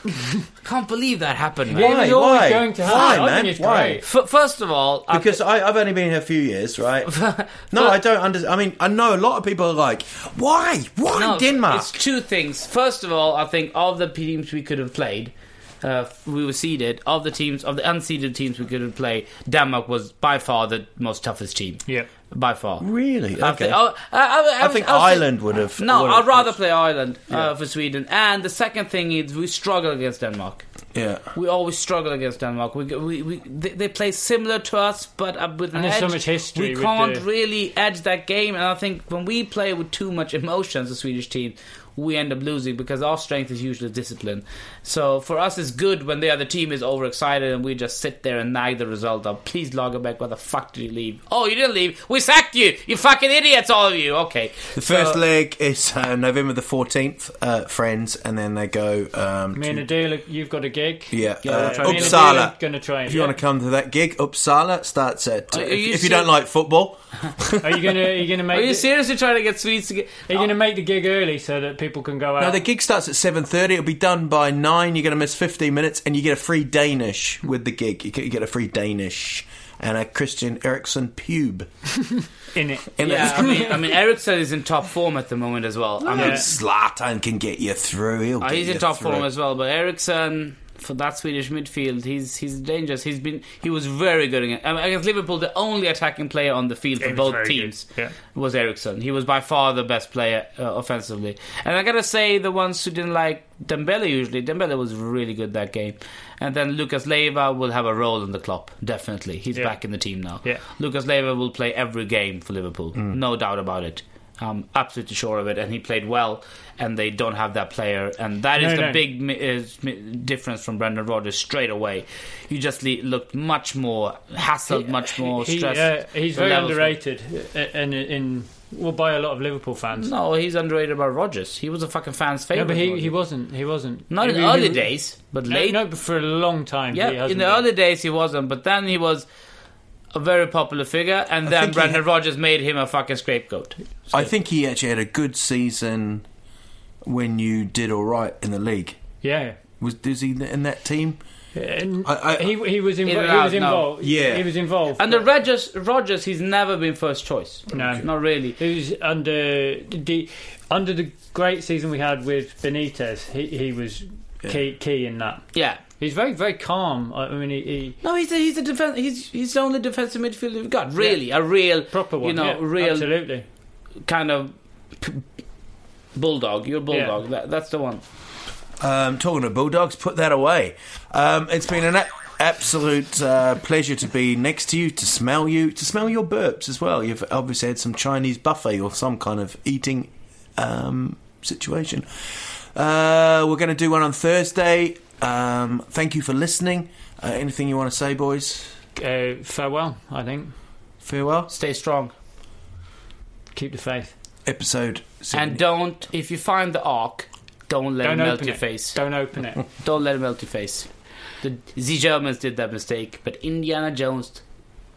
Speaker 2: Can't believe that happened. Man.
Speaker 3: It was always
Speaker 1: Why?
Speaker 3: going to happen.
Speaker 1: Why,
Speaker 3: I
Speaker 1: man?
Speaker 3: think it's
Speaker 1: Why?
Speaker 3: great.
Speaker 2: F- first of all, I-
Speaker 1: Because I, I've only been here a few years, right? no, I don't understand. I mean, I know a lot of people are like, why? Why
Speaker 2: no,
Speaker 1: Denmark?
Speaker 2: It's two things. First of all, I think of the teams we could have played, uh, we were seeded. Of the teams, of the unseeded teams we could have played, Denmark was by far the most toughest team.
Speaker 3: Yep.
Speaker 2: by far.
Speaker 1: Really?
Speaker 2: I
Speaker 1: Okay.
Speaker 2: think, oh, I, I- I- I
Speaker 1: I
Speaker 2: was-
Speaker 1: think
Speaker 2: I was
Speaker 1: Ireland would have-
Speaker 2: No,
Speaker 1: would have-
Speaker 2: I'd rather play Ireland uh, for Sweden. And the second thing is we struggle against Denmark.
Speaker 1: yeah.
Speaker 2: We always struggle against Denmark. We, we, we they, they play similar to us, but uh, with an
Speaker 3: And there's
Speaker 2: edge.
Speaker 3: so much history
Speaker 2: We
Speaker 3: with
Speaker 2: can't
Speaker 3: the-
Speaker 2: really edge that game. And I think when we play with too much emotions, the Swedish team, we end up losing because our strength is usually discipline. So for us, it's good when the other team is overexcited and we just sit there and nag the result up. Please log back. Why the fuck did you leave? Oh, you didn't leave. We sacked you. You fucking idiots, all of you. Okay.
Speaker 1: The first
Speaker 2: So-
Speaker 1: leg is uh, November the 14th, uh, Friends, and then they go um,
Speaker 3: Me and
Speaker 1: to,
Speaker 3: Adela, you've got a gig.
Speaker 1: yeah,
Speaker 2: Yeah,
Speaker 1: uh,
Speaker 2: we're trying-
Speaker 1: Uppsala.
Speaker 3: Going to try.
Speaker 1: If you want to come to that gig, Uppsala starts at.
Speaker 2: Are- are
Speaker 1: if,
Speaker 2: you
Speaker 1: if you don't
Speaker 2: ser-
Speaker 1: like football,
Speaker 3: Are you going to? Are you going to make?
Speaker 2: Are you
Speaker 3: the,
Speaker 2: seriously trying to get Swedes to get?
Speaker 3: are you going to make the gig early so that people can go out?
Speaker 1: no, the gig starts at seven thirty. It'll be done by nine. You're going to miss fifteen minutes, and you get a free Danish with the gig. You get you get a free Danish and a Christian Eriksen pube.
Speaker 3: in it.
Speaker 1: And
Speaker 2: Oh, Yeah, I mean, I mean, Ericsson is in top form at the moment as well. I mean,
Speaker 3: Yeah.
Speaker 1: Zlatan can get you through. He'll
Speaker 2: Uh,
Speaker 1: get
Speaker 2: he's
Speaker 1: you
Speaker 2: in top
Speaker 1: through.
Speaker 2: form as well, but Ericsson for that Swedish midfield, he's he's dangerous. He's been he was very good against, I mean, against Liverpool. The only attacking player on the field for
Speaker 3: was
Speaker 2: both
Speaker 3: very
Speaker 2: teams
Speaker 3: good, yeah.
Speaker 2: was Ericsson. He was by far the best player uh, offensively. And I gotta say, the ones who didn't like Dembele usually, Dembele was really good that game. And then Lucas Leiva will have a role in the club definitely. He's
Speaker 3: Yeah.
Speaker 2: back in the team now.
Speaker 3: Yeah. Mm.
Speaker 2: Lucas Leiva will play every game for Liverpool, no doubt about it. I'm absolutely sure of it, and he played well. And they don't have that player, and that is
Speaker 3: No,
Speaker 2: the
Speaker 3: no.
Speaker 2: big mi- uh, mi- difference from Brendan Rodgers straight away. You just le- looked much more hassled, much more
Speaker 3: He,
Speaker 2: stressed.
Speaker 3: uh, he's
Speaker 2: The
Speaker 3: very
Speaker 2: levels-
Speaker 3: underrated, uh, and in, in well by a lot of Liverpool fans.
Speaker 2: No, he's underrated by Rodgers. He was a fucking fan's favorite.
Speaker 3: No, but he,
Speaker 2: Rodgers.
Speaker 3: he wasn't. He wasn't.
Speaker 2: not in
Speaker 3: He-
Speaker 2: the
Speaker 3: he-
Speaker 2: early days, but
Speaker 3: No,
Speaker 2: late.
Speaker 3: no, but for a long time. he
Speaker 2: yeah,
Speaker 3: hasn't
Speaker 2: in the
Speaker 3: been.
Speaker 2: early days he wasn't, but then he was a very popular figure, and then
Speaker 1: think he
Speaker 2: Brendan
Speaker 1: had-
Speaker 2: Rodgers made him a fucking scapegoat.
Speaker 1: I think he actually had a good season when you did all right in the league.
Speaker 3: Yeah.
Speaker 1: Was is he in that team?
Speaker 3: And
Speaker 1: I- I-
Speaker 3: he he was, invo-
Speaker 2: In and
Speaker 3: he was
Speaker 2: out, no.
Speaker 3: involved.
Speaker 1: Yeah.
Speaker 3: he was involved.
Speaker 2: Under Rodgers, Rodgers, he's never been first choice.
Speaker 3: No.
Speaker 2: not really.
Speaker 3: It was under the under the great season we had with Benitez. He he was key key in that.
Speaker 2: Yeah.
Speaker 3: He's very very calm. I I mean, he, he
Speaker 2: No, he's a, he's a defense. He's he's the only defensive midfielder we've got. Really, a real
Speaker 3: proper one.
Speaker 2: You know,
Speaker 3: yeah,
Speaker 2: real
Speaker 3: absolutely.
Speaker 2: kind of p- bulldog. You're a bulldog. That, that's the one.
Speaker 1: Um, talking to Bulldogs, put that away. Um, it's been an a- absolute uh, pleasure to be next to you, to smell you, to smell your burps as well. You've obviously had some Chinese buffet or some kind of eating um, situation. Uh, we're going to do one on Thursday. Um, thank you for listening. Uh, anything you want to say, boys?
Speaker 3: Uh, farewell. I think
Speaker 1: Farewell.
Speaker 2: Stay strong
Speaker 3: keep the faith.
Speaker 1: Episode
Speaker 2: and
Speaker 1: 70.
Speaker 2: don't. If you find the arc, don't let
Speaker 3: Don't
Speaker 2: it melt
Speaker 3: open
Speaker 2: your
Speaker 3: it.
Speaker 2: face. Don't,
Speaker 3: Don't open it.
Speaker 2: let it melt your face. The, the Germans did that mistake, but Indiana Jones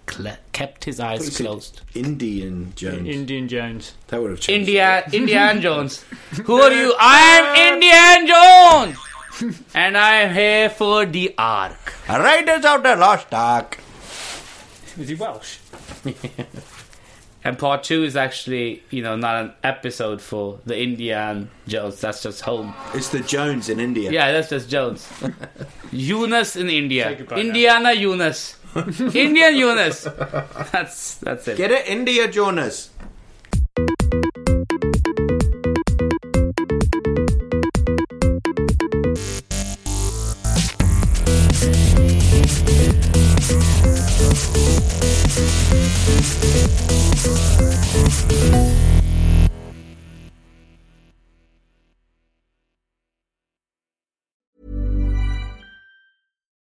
Speaker 2: cle kept his eyes closed.
Speaker 1: Indian Jones.
Speaker 3: Indian Jones.
Speaker 1: that would have changed.
Speaker 2: India, Indiana Jones. Who are you? I am Indiana Jones, and I am here for the arc.
Speaker 1: Raiders of the Lost Ark.
Speaker 3: Was he Welsh?
Speaker 2: And part two is actually, you know, not an episode for the Indian Jones. That's just home.
Speaker 1: It's the Jones in India.
Speaker 2: Yeah, that's just Jones. Eunice in India.
Speaker 3: Say goodbye now.
Speaker 2: Indiana Eunice. Indian Eunice. That's that's it.
Speaker 1: Get it? India Jonas.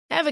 Speaker 7: Ever